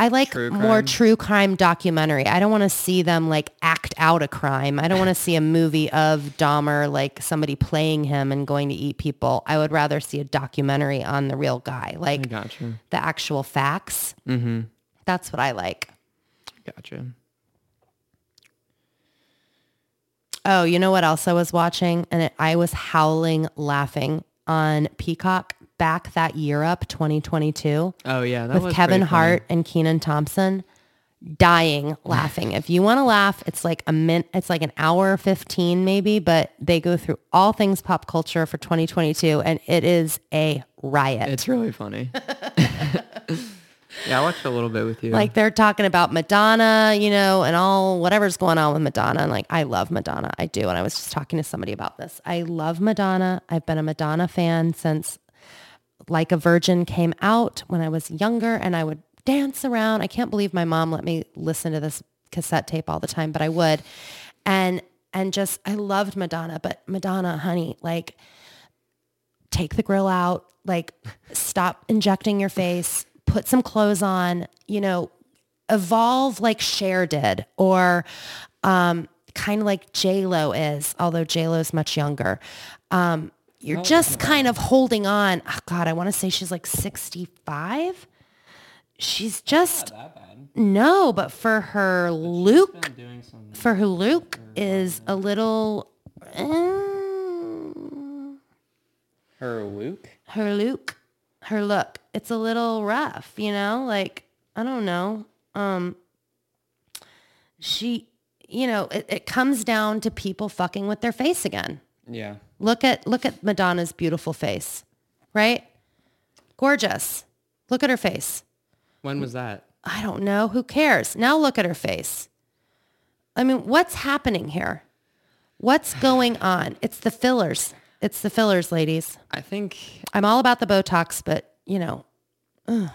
S1: I like
S2: True
S1: more
S2: crime.
S1: true crime documentary. I don't want to see them like act out a crime. I don't want to see a movie of Dahmer, like somebody playing him and going to eat people. I would rather see a documentary on the real guy,
S2: I
S1: like
S2: gotcha.
S1: the actual facts.
S2: Mm-hmm.
S1: That's what I like.
S2: Gotcha.
S1: Oh, you know what else I was watching? And it, I was howling laughing on Peacock back that year up 2022
S2: Oh yeah, that
S1: with
S2: was
S1: Kevin
S2: pretty funny.
S1: Hart and Keenan Thompson dying laughing. if you want to laugh, it's like a min it's like an hour 15 maybe, but they go through all things pop culture for 2022 and it is a riot.
S2: It's really funny. yeah, I watched a little bit with you.
S1: Like they're talking about Madonna, you know, and all whatever's going on with Madonna. And like, I love Madonna. I do. And I was just talking to somebody about this. I love Madonna. I've been a Madonna fan since Like a Virgin came out when I was younger and I would dance around. I can't believe my mom let me listen to this cassette tape all the time, but I would. And, and just, I loved Madonna, but Madonna, honey, like take the grill out, like stop injecting your face, put some clothes on, you know, evolve like Cher did or um, kind of like J-Lo is, although J-Lo is much younger. Um, you're just kind of holding on. Oh, God, I want to say she's like 65. She's just, no, but for her Luke
S2: doing some
S1: for who Luke is a little eh,
S2: her Luke.
S1: her Luke, her look. It's a little rough, you know? Like, I don't know. Um she you know, it, it comes down to people fucking with their face again.
S2: Yeah.
S1: Look at look at Madonna's beautiful face. Right? Gorgeous. Look at her face.
S2: When was that?
S1: I don't know. Who cares? Now look at her face. I mean, what's happening here? What's going on? It's the fillers. It's the fillers, ladies.
S2: I think
S1: I'm all about the Botox, but you know,
S2: a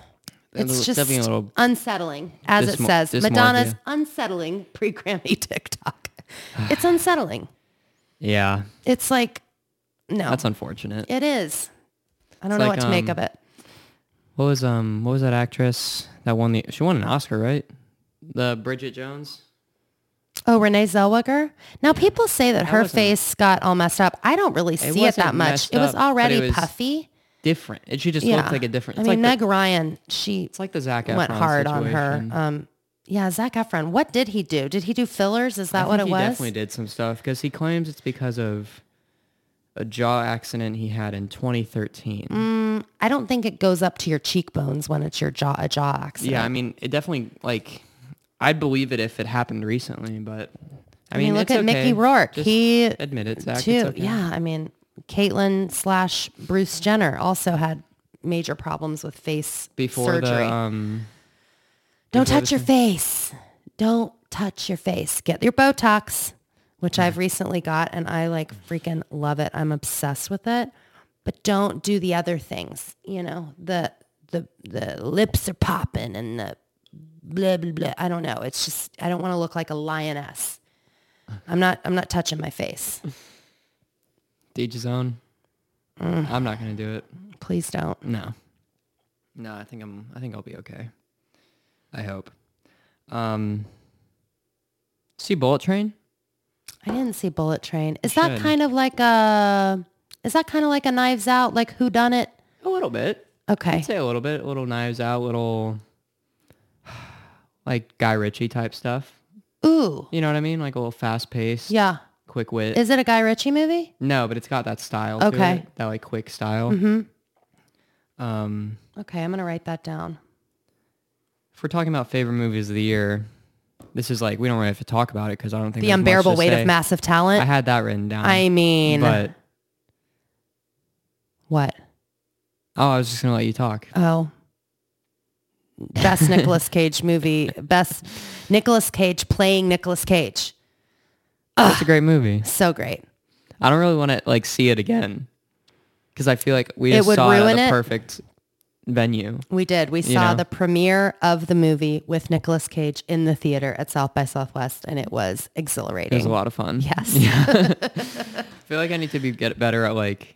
S1: it's
S2: little-
S1: just
S2: definitely a little.
S1: unsettling, as it
S2: Dysmo-
S1: says.
S2: dysmorphia.
S1: Madonna's unsettling pre-Grammy TikTok. It's unsettling.
S2: Yeah,
S1: It's like, no,
S2: that's unfortunate.
S1: it is. I don't
S2: It's
S1: know
S2: like,
S1: what to make
S2: um,
S1: of it.
S2: What was um? What was that actress that won the? She won an Oscar, right? The Bridget Jones.
S1: Oh, Renee Zellweger. Now people say that, her
S2: wasn't-
S1: face got all messed up. I but I don't really see it
S2: wasn't
S1: that much.
S2: messed
S1: It was
S2: up, but it
S1: already
S2: was-
S1: puffy.
S2: Different. It she just
S1: yeah,
S2: looked like a different.
S1: I
S2: It's
S1: mean,
S2: like
S1: Meg Ryan, she
S2: the, it's like the Zac Efron
S1: went hard on
S2: situation.
S1: her. Um, yeah, Zach Efron. What did he do? Did he do fillers? Is that
S2: I
S1: what it
S2: think
S1: was?
S2: He definitely did some stuff because he claims it's because of a jaw accident he had in 2013.
S1: Mm, I don't think it goes up to your cheekbones when it's your jaw a jaw accident.
S2: Yeah, I mean, it definitely like I'd believe it if it happened recently, but I,
S1: I mean, look
S2: it's
S1: at
S2: okay.
S1: Mickey Rourke.
S2: Just
S1: he
S2: admit it, Zach. it's
S1: too.
S2: okay.
S1: Yeah, I mean, Caitlyn slash Bruce Jenner also had major problems with face
S2: Before
S1: surgery.
S2: the um,
S1: Don't
S2: Before
S1: touch
S2: the
S1: your face. Don't touch your face. Get your Botox, which I've recently got and I like freaking love it. I'm obsessed with it. But don't do the other things, you know, the the the lips are popping and the blah blah blah. I don't know. It's just I don't want to look like a lioness. I'm not I'm not touching my face.
S2: Deej Zone,
S1: Mm.
S2: I'm not gonna do it.
S1: Please don't.
S2: No, no, I think I'm. I think I'll be okay. I hope. Um, see Bullet Train.
S1: I didn't see Bullet Train. Is
S2: You
S1: that
S2: should.
S1: kind of like a is that kind of like a knives out like who done it?
S2: A little bit.
S1: Okay.
S2: I'd say a little bit. Little Knives Out. Little like Guy Ritchie type stuff.
S1: Ooh.
S2: You know what I mean? Like a little fast paced,
S1: Yeah.
S2: quick wit.
S1: Is it a Guy Ritchie movie?
S2: No, but it's got that style.
S1: Okay. Mm-hmm.
S2: To it, that like quick style. Um,
S1: Okay, I'm gonna write that down.
S2: if we're talking about favorite movies of the year, this is like we don't really have to talk about it because I don't think
S1: The
S2: there's much
S1: unbearable
S2: to
S1: weight
S2: say.
S1: of massive
S2: I
S1: talent.
S2: had that written down.
S1: I, mean,
S2: but
S1: what?
S2: oh, I was just gonna let you talk.
S1: Oh, best Nicolas Cage movie. Best Nicolas Cage playing Nicolas Cage.
S2: It's a great movie.
S1: So great.
S2: I don't really want to like see it again because I feel like we
S1: It
S2: just
S1: would
S2: saw it at
S1: ruin
S2: the
S1: it.
S2: perfect venue.
S1: We did. We
S2: You
S1: saw
S2: know?
S1: the premiere of the movie with Nicolas Cage in the theater at South by Southwest, and it was
S2: It
S1: exhilarating.
S2: was a lot of fun.
S1: Yes.
S2: Yeah. I feel like I need to be get better at like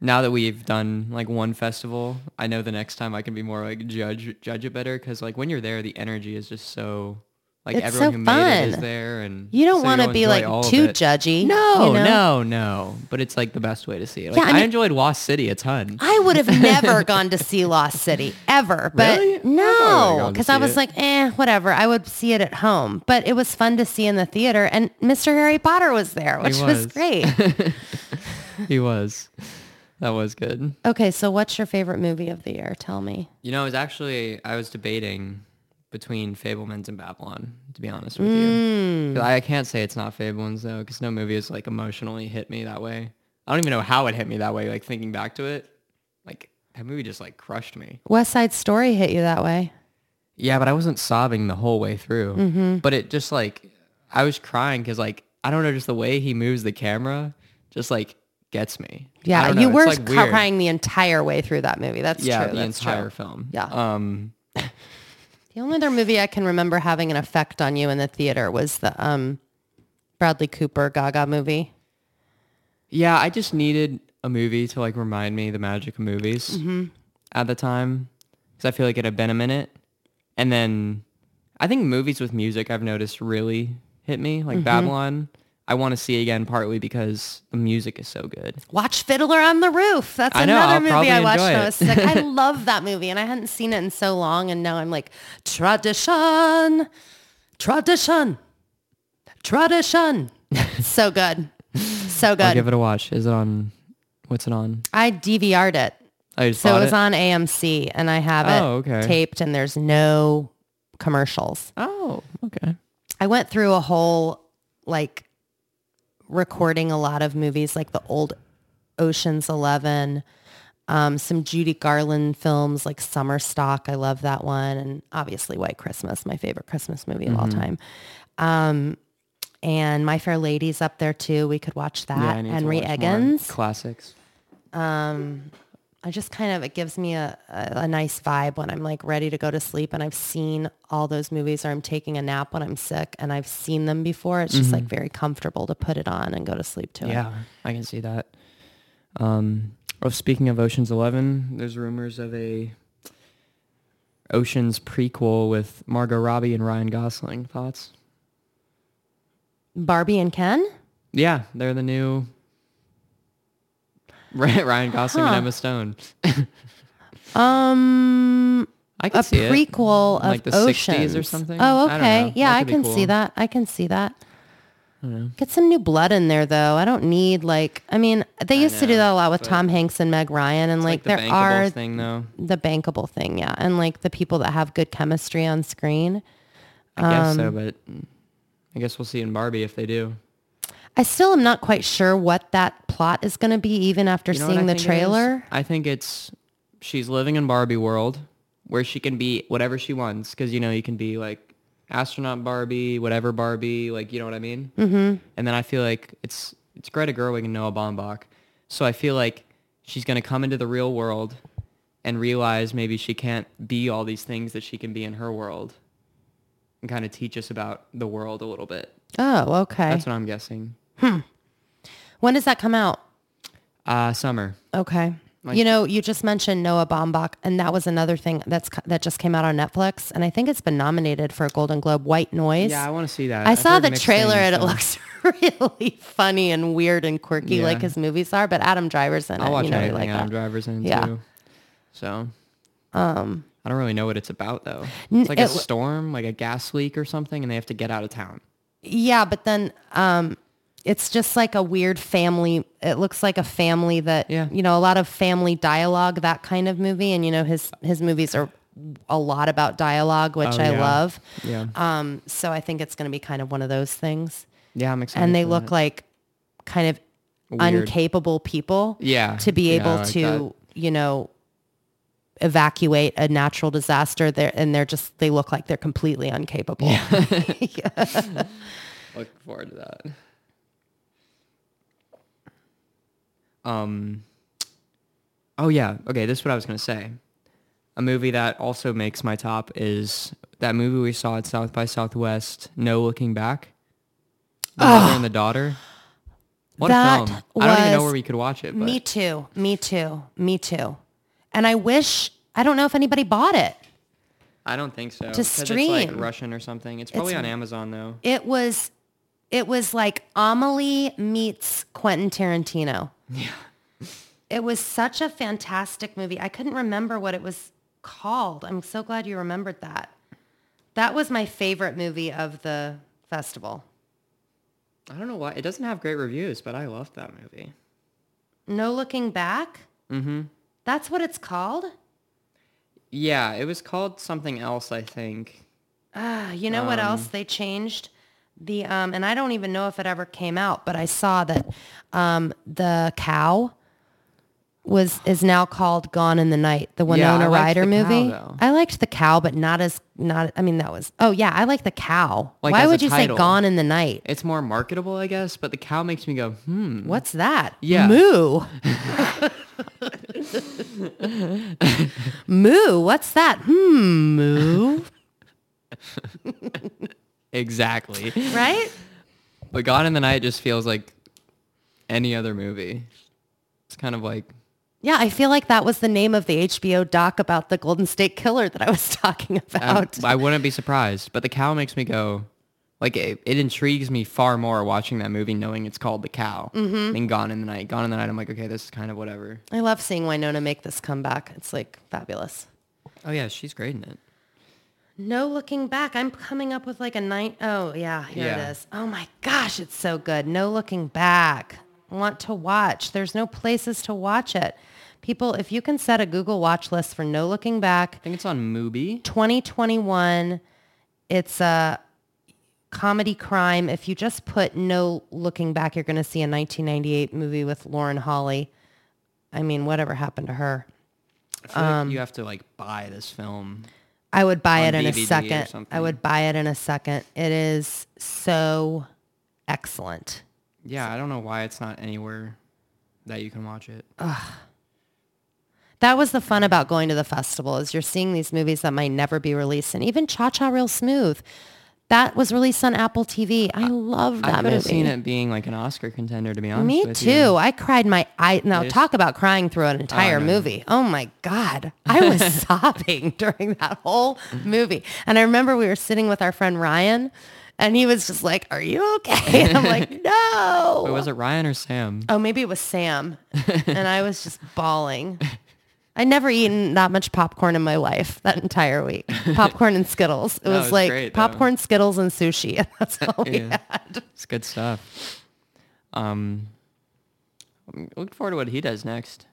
S2: now that we've done like one festival, I know the next time I can be more like judge judge it better because like when you're there, the energy is just so like
S1: It's
S2: everyone
S1: so
S2: who made it is
S1: fun.
S2: there, and
S1: You don't
S2: so
S1: want to
S2: you'll
S1: be
S2: enjoy
S1: like
S2: all of
S1: too
S2: it.
S1: judgy.
S2: No,
S1: you know?
S2: no, no. But it's like the best way to see it.
S1: Yeah,
S2: Like,
S1: I
S2: I,
S1: mean-
S2: enjoyed Lost City a ton.
S1: I would have never gone to see Lost City ever, but
S2: Really? I probably
S1: no,
S2: would've gone to
S1: because I
S2: see
S1: was
S2: it.
S1: like, eh, whatever. I would see it at home, but it was fun to see in the theater, and Mr. Harry Potter was there, which was.
S2: was.
S1: great.
S2: he was. That was good.
S1: okay, so what's your favorite movie of the year? Tell me.
S2: You know, it was actually I was debating between Fablemans and Babylon, to be honest with you.
S1: Mm.
S2: 'Cause I I can't say it's not Fablemans though, because no movie has like emotionally hit me that way. I don't even know how it hit me that way. Like thinking back to it, like that movie just like crushed me.
S1: West Side Story hit you that way.
S2: Yeah, but I wasn't sobbing the whole way through.
S1: Mm-hmm.
S2: But it just like I was crying because like I don't know, just the way he moves the camera, just like gets me. I
S1: Yeah,
S2: don't know,
S1: you
S2: it's,
S1: were
S2: like, weird.
S1: crying the entire way through that movie. That's
S2: Yeah,
S1: true.
S2: the
S1: that's
S2: entire
S1: true.
S2: film.
S1: Yeah.
S2: Um,
S1: The only other movie I can remember having an effect on you in the theater was the um, Bradley Cooper Gaga movie.
S2: Yeah, I just needed a movie to like remind me the magic of movies
S1: Mm-hmm.
S2: at the time because I feel like it had been a minute. And then I think movies with music I've noticed really hit me,
S1: Mm-hmm.
S2: like Babylon. I want to see again partly because the music is so good.
S1: Watch Fiddler on the Roof. That's
S2: I know,
S1: another
S2: I'll
S1: movie
S2: probably
S1: I watched
S2: enjoy
S1: when I
S2: it.
S1: was sick. I love that movie, and I hadn't seen it in so long, and now I'm like, tradition, tradition, tradition. so good, so
S2: I'll
S1: good.
S2: give it a watch. Is it on? What's it on?
S1: I DVR'd it,
S2: I just
S1: so
S2: bought
S1: it was
S2: it.
S1: on AMC, and I have it
S2: Oh, okay.
S1: taped, and there's no commercials.
S2: Oh, okay.
S1: I went through a whole like recording a lot of movies, like the old Ocean's Eleven, um, some Judy Garland films like Summer Stock. I love that one, and obviously White Christmas, my favorite Christmas movie of
S2: Mm-hmm.
S1: all time. Um, and My Fair Lady's up there too. We could watch
S2: Yeah,
S1: that.
S2: I need to
S1: Henry
S2: watch more
S1: Eggins.
S2: classics.
S1: Um, I just kind of it gives me a, a, a nice vibe when I'm like ready to go to sleep and I've seen all those movies or I'm taking a nap when I'm sick and I've seen them before. It's just like very comfortable to put it on and go to sleep to it.
S2: Mm-hmm. Yeah, I can see that. Um, well, speaking of Ocean's Eleven, there's rumors of a Ocean's prequel with Margot Robbie and Ryan Gosling. Thoughts?
S1: Barbie and Ken?
S2: Yeah, they're the new Ry- Ryan Gosling and
S1: Huh.
S2: Emma Stone.
S1: Um
S2: I can
S1: a
S2: see it.
S1: prequel of
S2: Like the 60s or
S1: Oceans.
S2: something? I
S1: Oh,
S2: don't
S1: okay.
S2: know.
S1: Yeah,
S2: That
S1: I
S2: could be
S1: can see
S2: cool.
S1: that. I can see that. Get some new blood in there though. I don't need like I mean, they used to do
S2: know,
S1: that a lot with
S2: but
S1: Tom Hanks and Meg Ryan and
S2: It's
S1: like,
S2: like, the
S1: there
S2: Bankables
S1: are
S2: thing though.
S1: the bankable thing, yeah, and like the people that have good chemistry on screen.
S2: I guess
S1: um,
S2: so, but I guess we'll see in Barbie if they do.
S1: I still am not quite sure what that plot is going to be, even after
S2: You know what
S1: seeing
S2: I
S1: the
S2: think it is?
S1: trailer.
S2: I think it's she's living in Barbie world where she can be whatever she wants because you know you can be like astronaut Barbie, whatever Barbie, like you know what I mean. Mm-hmm. And then I feel like it's it's Greta Gerwig and Noah Baumbach, so I feel like she's gonna come into the real world and realize maybe she can't be all these things that she can be in her world, and kind of teach us about the world a little bit.
S1: Oh, okay.
S2: That's what I'm guessing.
S1: when does that come out?
S2: Uh, summer.
S1: Okay.
S2: Like-
S1: you know, you just mentioned Noah Baumbach, and that was another thing that's co- that just came out on Netflix, and I think it's been nominated for a Golden Globe. White Noise.
S2: Yeah, I want to see that.
S1: I
S2: I've
S1: saw
S2: heard
S1: the
S2: mixed
S1: trailer,
S2: things,
S1: and it
S2: so-
S1: looks really funny and weird and quirky, like
S2: Yeah.
S1: his movies are. But Adam Driver's in
S2: I'll
S1: it.
S2: watch
S1: you know, we
S2: anything
S1: like
S2: Adam
S1: that.
S2: Driver's in
S1: Yeah.
S2: too. So
S1: Um,
S2: I don't really know what it's about though.
S1: N-
S2: It's like
S1: it
S2: a
S1: w-
S2: storm, like a gas leak or something, and they have to get out of town.
S1: Yeah, but then um, it's just like a weird family. It looks like a family that
S2: Yeah.
S1: you know a lot of family dialogue, that kind of movie. And you know his his movies are a lot about dialogue, which
S2: Oh,
S1: I
S2: yeah.
S1: love.
S2: Yeah.
S1: Um, so I think it's going to be kind of one of those things.
S2: Yeah, I'm excited.
S1: And they
S2: for
S1: look
S2: that.
S1: like kind of
S2: Weird.
S1: uncapable people
S2: Yeah.
S1: to be
S2: yeah,
S1: able
S2: I like
S1: to
S2: that.
S1: you know evacuate a natural disaster there and they're just they look like they're completely incapable Yeah.
S2: Look forward to that. Um. Oh yeah. Okay. This is what I was gonna say. A movie that also makes my top is that movie we saw at South by Southwest. No looking back. The mother and the daughter. What
S1: That
S2: a film. I don't even know
S1: was
S2: where we could watch it. But
S1: Me too. Me too. Me too. And I wish I don't know if anybody bought it.
S2: I don't think so. 'cause It's
S1: stream.
S2: like Russian or something. It's probably on Amazon though.
S1: It was it was like Amelie meets Quentin Tarantino. Yeah. It was such a fantastic movie. I couldn't remember what it was called. I'm so glad you remembered that. That was my favorite movie of the festival.
S2: I don't know why. It doesn't have great reviews, but I loved that movie.
S1: No Looking Back? Mm-hmm. That's what it's called?
S2: Yeah, it was called something else, I think.
S1: Ah, you know
S2: Um,
S1: what else they changed? The um, and I don't even know if it ever came out, but I saw that um, the cow was is now called Gone in the Night, the
S2: Yeah, I
S1: Winona
S2: liked
S1: Ryder
S2: The Cow,
S1: movie.
S2: though.
S1: I liked the cow, but not as not. I mean, that was oh yeah, I like the cow.
S2: Like,
S1: Why
S2: as a
S1: would you
S2: title.
S1: say Gone in the Night?
S2: It's more marketable, I guess, but the cow makes me go, hmm.
S1: What's that?
S2: Yeah.
S1: moo. moo. What's that? Hmm, moo.
S2: Exactly.
S1: Right?
S2: but Gone in the Night just feels like any other movie. It's kind of like,
S1: Yeah, I feel like that was the name of the HBO doc about the Golden State Killer that I was talking
S2: I'm-
S1: about.
S2: I wouldn't be surprised, but the cow makes me go, like, it, it intrigues me far more watching that movie knowing it's called The Cow than Gone in the Night. Gone in the Night, I'm like, okay, this is kind of whatever.
S1: I love seeing Winona make this comeback. It's like fabulous.
S2: Oh, yeah, she's great in it.
S1: No looking back. I'm coming up with like a nine oh yeah, here
S2: Yeah.
S1: it is. Oh my gosh, it's so good. No looking back. Want to watch. There's no places to watch it. People, if you can set a Google watch list for No Looking Back
S2: I think it's on Mubi.
S1: 2021, it's a comedy crime. If you just put No Looking Back, you're going to see a 1998 movie with Lauren Holly. I mean, whatever happened to her?
S2: I feel like you have to, like, buy this film.
S1: I would buy
S2: on
S1: it in
S2: DVD or
S1: a second. I
S2: something.
S1: would buy it in a second. It is so excellent.
S2: Yeah, I don't know why it's not anywhere that you can watch it.
S1: That was the fun about going to the festival is you're seeing these movies that might never be released. And even Cha Cha Real Smooth, that was released on Apple TV. I love that
S2: I could
S1: movie.
S2: have seen it being like an Oscar contender, to be honest
S1: Me
S2: with
S1: too.
S2: you.
S1: I cried my eye. Now
S2: Yes.
S1: talk about crying through an entire
S2: no.
S1: movie. Oh my god, I was sobbing during that whole movie. And I remember we were sitting with our friend Ryan, and he was just like, "Are you okay?" And I'm like, "No."
S2: Wait, was it Ryan or Sam?
S1: oh, maybe it was Sam, and I was just bawling. I never eaten that much popcorn in my life that entire week. Popcorn and Skittles. It
S2: No,
S1: was,
S2: it was
S1: like
S2: great, though.
S1: popcorn, Skittles, and sushi. That's all we
S2: Yeah. It's good stuff. Um, I'm looking forward to what he does next.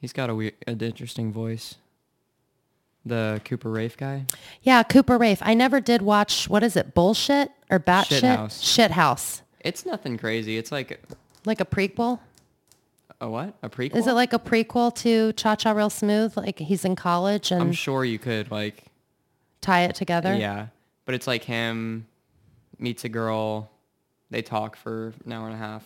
S2: He's got a weird, an interesting voice. The Cooper Rafe guy.
S1: Yeah, Cooper Rafe. I never did watch what is it, bullshit or batshit?
S2: Shithouse.
S1: Shithouse.
S2: It's nothing crazy. It's like
S1: Like a prequel?
S2: a what? A prequel.
S1: Is it like a prequel to Cha Cha Real Smooth? Like he's in college and
S2: I'm sure you could like
S1: tie it together?
S2: yeah, but it's like him meets a girl. They talk for an hour and a half.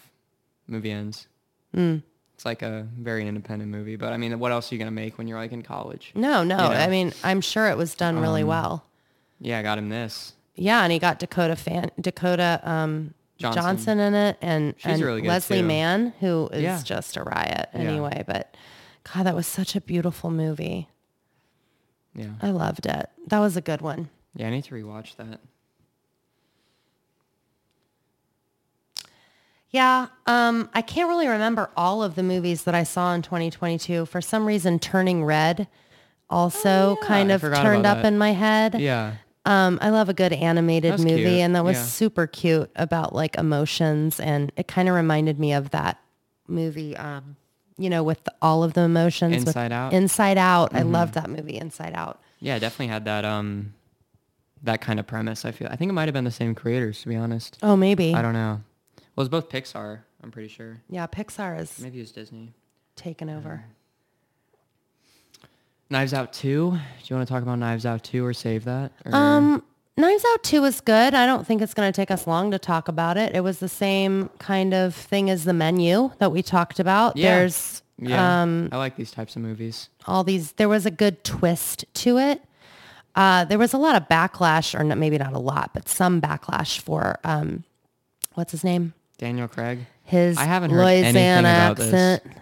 S2: Movie ends. It's like a very independent movie, but I mean, what else are you gonna make when you're like in college?
S1: No, no.
S2: know. Um,
S1: I mean, I'm sure it was done really well.
S2: Yeah, I got him this.
S1: Yeah, and he got Dakota fan Dakota um
S2: Johnson.
S1: Johnson, in it and,
S2: She's
S1: and
S2: really good,
S1: Leslie
S2: too.
S1: Mann, who is
S2: Yeah.
S1: just a riot
S2: Yeah.
S1: anyway, but God, that was such a beautiful movie.
S2: Yeah,
S1: I loved it. That was a good one.
S2: yeah, I need to rewatch that.
S1: Yeah, um, I can't really remember all of the movies that I saw in 2022. For some reason, Turning Red also
S2: Oh, yeah,
S1: kind
S2: I
S1: of
S2: forgot
S1: turned
S2: about
S1: up
S2: that.
S1: in my head.
S2: Yeah,
S1: Um, I love a good animated
S2: That's
S1: movie,
S2: cute,
S1: and that was
S2: yeah.
S1: super cute about like emotions, and it kind of reminded me of that movie, um, you know, with all of the emotions. with
S2: Inside Out? Mm-hmm.
S1: Inside Out. I loved that movie, Inside Out.
S2: yeah, definitely had that um, that kind of premise. I feel. I think it might have been the same creators, to be honest.
S1: Oh, maybe.
S2: I don't know. Well, it's both Pixar. I'm pretty sure.
S1: Yeah, Pixar is
S2: Maybe it's Disney.
S1: taken over.
S2: Knives Out Two. Do you want to talk about Knives Out Two or save that? Or-
S1: Um, Knives Out 2 is good. I don't think it's going to take us long to talk about it. It was the same kind of thing as the menu that we talked about.
S2: Yeah.
S1: There's um,
S2: yeah, I like these types of movies.
S1: all these, there was a good twist to it. Uh, there was a lot of backlash, or not, maybe not a lot, but some backlash for, um, what's his name?
S2: Daniel Craig.
S1: his
S2: I haven't heard anything
S1: Louisiana
S2: about this.
S1: accent.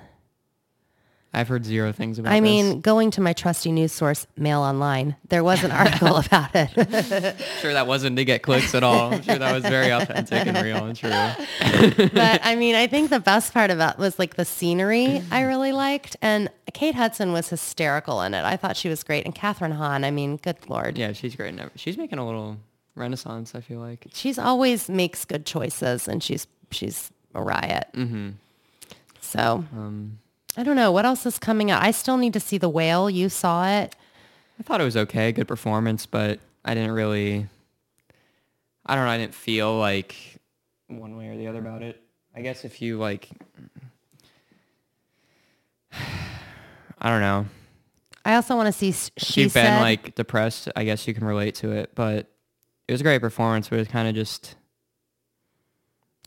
S2: I've heard zero things about
S1: I
S2: this.
S1: mean, going to my trusty news source, Mail Online, there was an article about it.
S2: sure that wasn't to get clicks at all. I'm sure that was very authentic and real and true.
S1: but I mean, I think the best part about was like the scenery I really liked. And Kate Hudson was hysterical in it. I thought she was great. And Catherine Hahn, I mean, good Lord.
S2: Yeah, she's great. in every- She's making a little renaissance, I feel like.
S1: She's always makes good choices and she's, she's a riot.
S2: Mm-hmm.
S1: So
S2: Um,
S1: I don't know what else is coming out. I still need to see The Whale. You saw it.
S2: I thought it was okay, good performance, but I didn't really, I don't know, I didn't feel like one way or the other about it. I guess if you like, I don't know.
S1: I also want to see S-
S2: If
S1: She
S2: you've
S1: Said.
S2: been like depressed, I guess you can relate to it, but it was a great performance, but it was kind of just,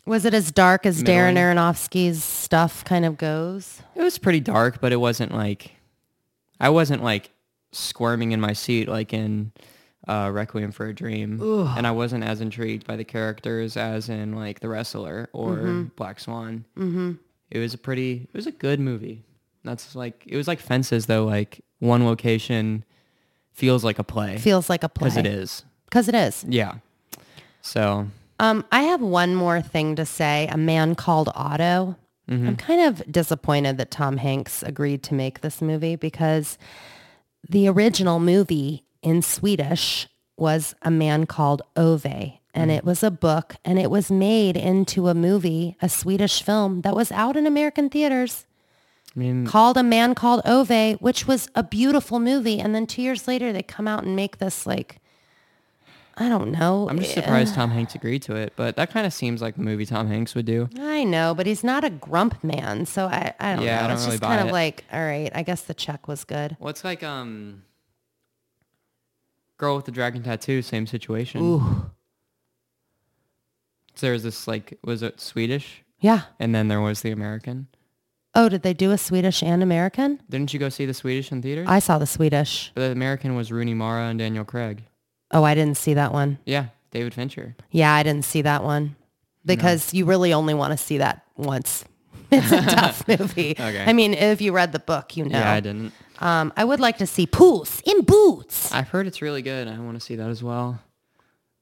S1: was it as dark as
S2: middling.
S1: Darren Aronofsky's stuff kind of goes?
S2: it was pretty dark, but it wasn't like, I wasn't like squirming in my seat like in uh, Requiem for a Dream. and I wasn't as intrigued by the characters as in like The Wrestler or
S1: Mhm.
S2: Black Swan.
S1: mm-hmm.
S2: It was a pretty, it was a good movie. That's like, it was like Fences though, like one location feels like a play
S1: Feels like a play.
S2: because it is.
S1: 'Cause it is.
S2: Yeah. So,
S1: Um, I have one more thing to say. A man called Otto.
S2: mhm.
S1: I'm kind of disappointed that Tom Hanks agreed to make this movie because the original movie in Swedish was A Man Called Ove. And
S2: Mm.
S1: it was a book and it was made into a movie, a Swedish film that was out in American theaters
S2: I mean,
S1: called A Man Called Ove, which was a beautiful movie. And then two years later, they come out and make this like, I don't know.
S2: I'm just
S1: eh,
S2: surprised Tom Hanks agreed to it, but that kind of seems like a movie Tom Hanks would do.
S1: I know, but he's not a grump man. So I, I don't
S2: Yeah, I
S1: know.
S2: don't
S1: it's
S2: really
S1: just
S2: buy
S1: kind of
S2: it.
S1: like, all right, I guess the check was good.
S2: Well, it's like, um, Girl with the Dragon Tattoo, same situation. So there was this like, was it Swedish?
S1: Yeah.
S2: And then there was the American.
S1: Oh, did they do a Swedish and American?
S2: Didn't you go see the Swedish in theaters?
S1: I saw the Swedish.
S2: the American was Rooney Mara and Daniel Craig.
S1: Oh, I didn't see that one.
S2: Yeah, David Fincher.
S1: Yeah, I didn't see that one because you really only want to see that once. It's a tough movie.
S2: Okay.
S1: I mean, if you read the book, you know.
S2: Yeah, I didn't.
S1: Um, I would like to see Puss in Boots.
S2: I've heard it's really good. I want to see that as well.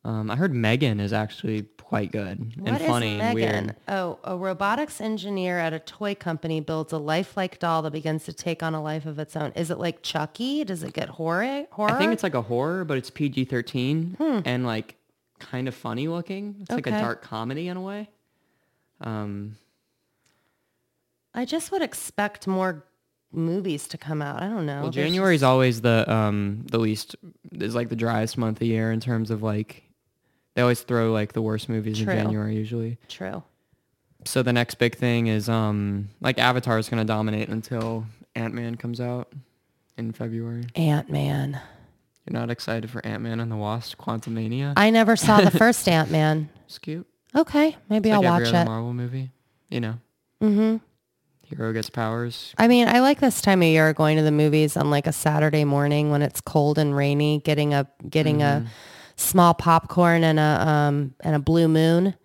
S2: Um, I heard Megan is actually quite good
S1: What
S2: and
S1: is
S2: funny and weird.
S1: Megan? Oh, a robotics engineer at a toy company builds a lifelike doll that begins to take on a life of its own. Is it like Chucky? Does it get horror? Horror? Hmm.
S2: I think it's like a horror, but it's PG-13 and like kind of funny looking. It's like a
S1: Okay.
S2: dark comedy in a way. Um,
S1: I just would expect more movies to come out. I don't know.
S2: well,
S1: Oh, There's
S2: January is always the um, the least is like the driest month of the year in terms of like they always throw like the worst movies
S1: True.
S2: in January usually.
S1: just- true.
S2: so the next big thing is um like Avatar is gonna dominate until Ant Man comes out in February.
S1: Ant Man.
S2: You're not excited for Ant Man and the Wasp: Quantumania?
S1: I never saw the first Ant Man.
S2: It's cute.
S1: Okay, maybe
S2: It's
S1: I'll
S2: like
S1: watch
S2: every
S1: it.
S2: other Marvel movie. You know,
S1: hmm
S2: hero gets powers.
S1: I mean, I like this time of year going to the movies on like a Saturday morning when it's cold and rainy, getting a getting
S2: Mm-hmm.
S1: a small popcorn and a um and a blue moon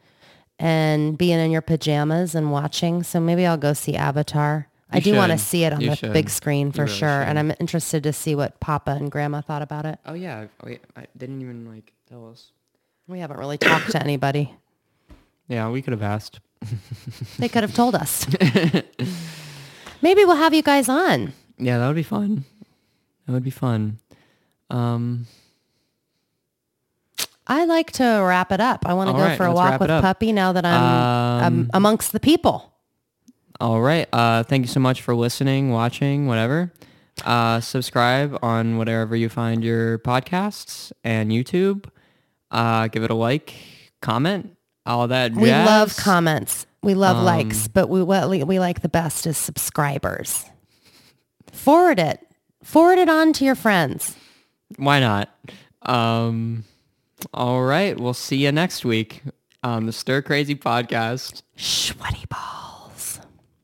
S1: and being in your pajamas and watching. So maybe I'll go see Avatar. I
S2: You
S1: do want to
S2: should.
S1: see it on
S2: You
S1: the
S2: should.
S1: big screen for
S2: really
S1: sure.
S2: should.
S1: And I'm interested to see what Papa and Grandma thought about it.
S2: Oh yeah, wait, I didn't even like tell us.
S1: We haven't really talked to anybody.
S2: Yeah, we could have asked.
S1: They could have told us. Maybe we'll have you guys on.
S2: Yeah, that would be fun. That would be fun. Um,
S1: I like to wrap it up. I want to
S2: All
S1: go
S2: right,
S1: for a
S2: let's
S1: walk
S2: wrap
S1: with
S2: it up.
S1: Puppy now that I'm,
S2: Um,
S1: I'm amongst the people.
S2: All right. Uh, thank you so much for listening, watching, whatever. Uh, subscribe on whatever you find your podcasts and YouTube. Uh, give it a like, comment, all that.
S1: We love
S2: jazz.
S1: comments. We love
S2: Um,
S1: likes, but we what we, we like the best is subscribers. Forward it. Forward it on to your friends.
S2: Why not? Um, all right. We'll see you next week on the Stir Crazy podcast.
S1: Sweaty ball.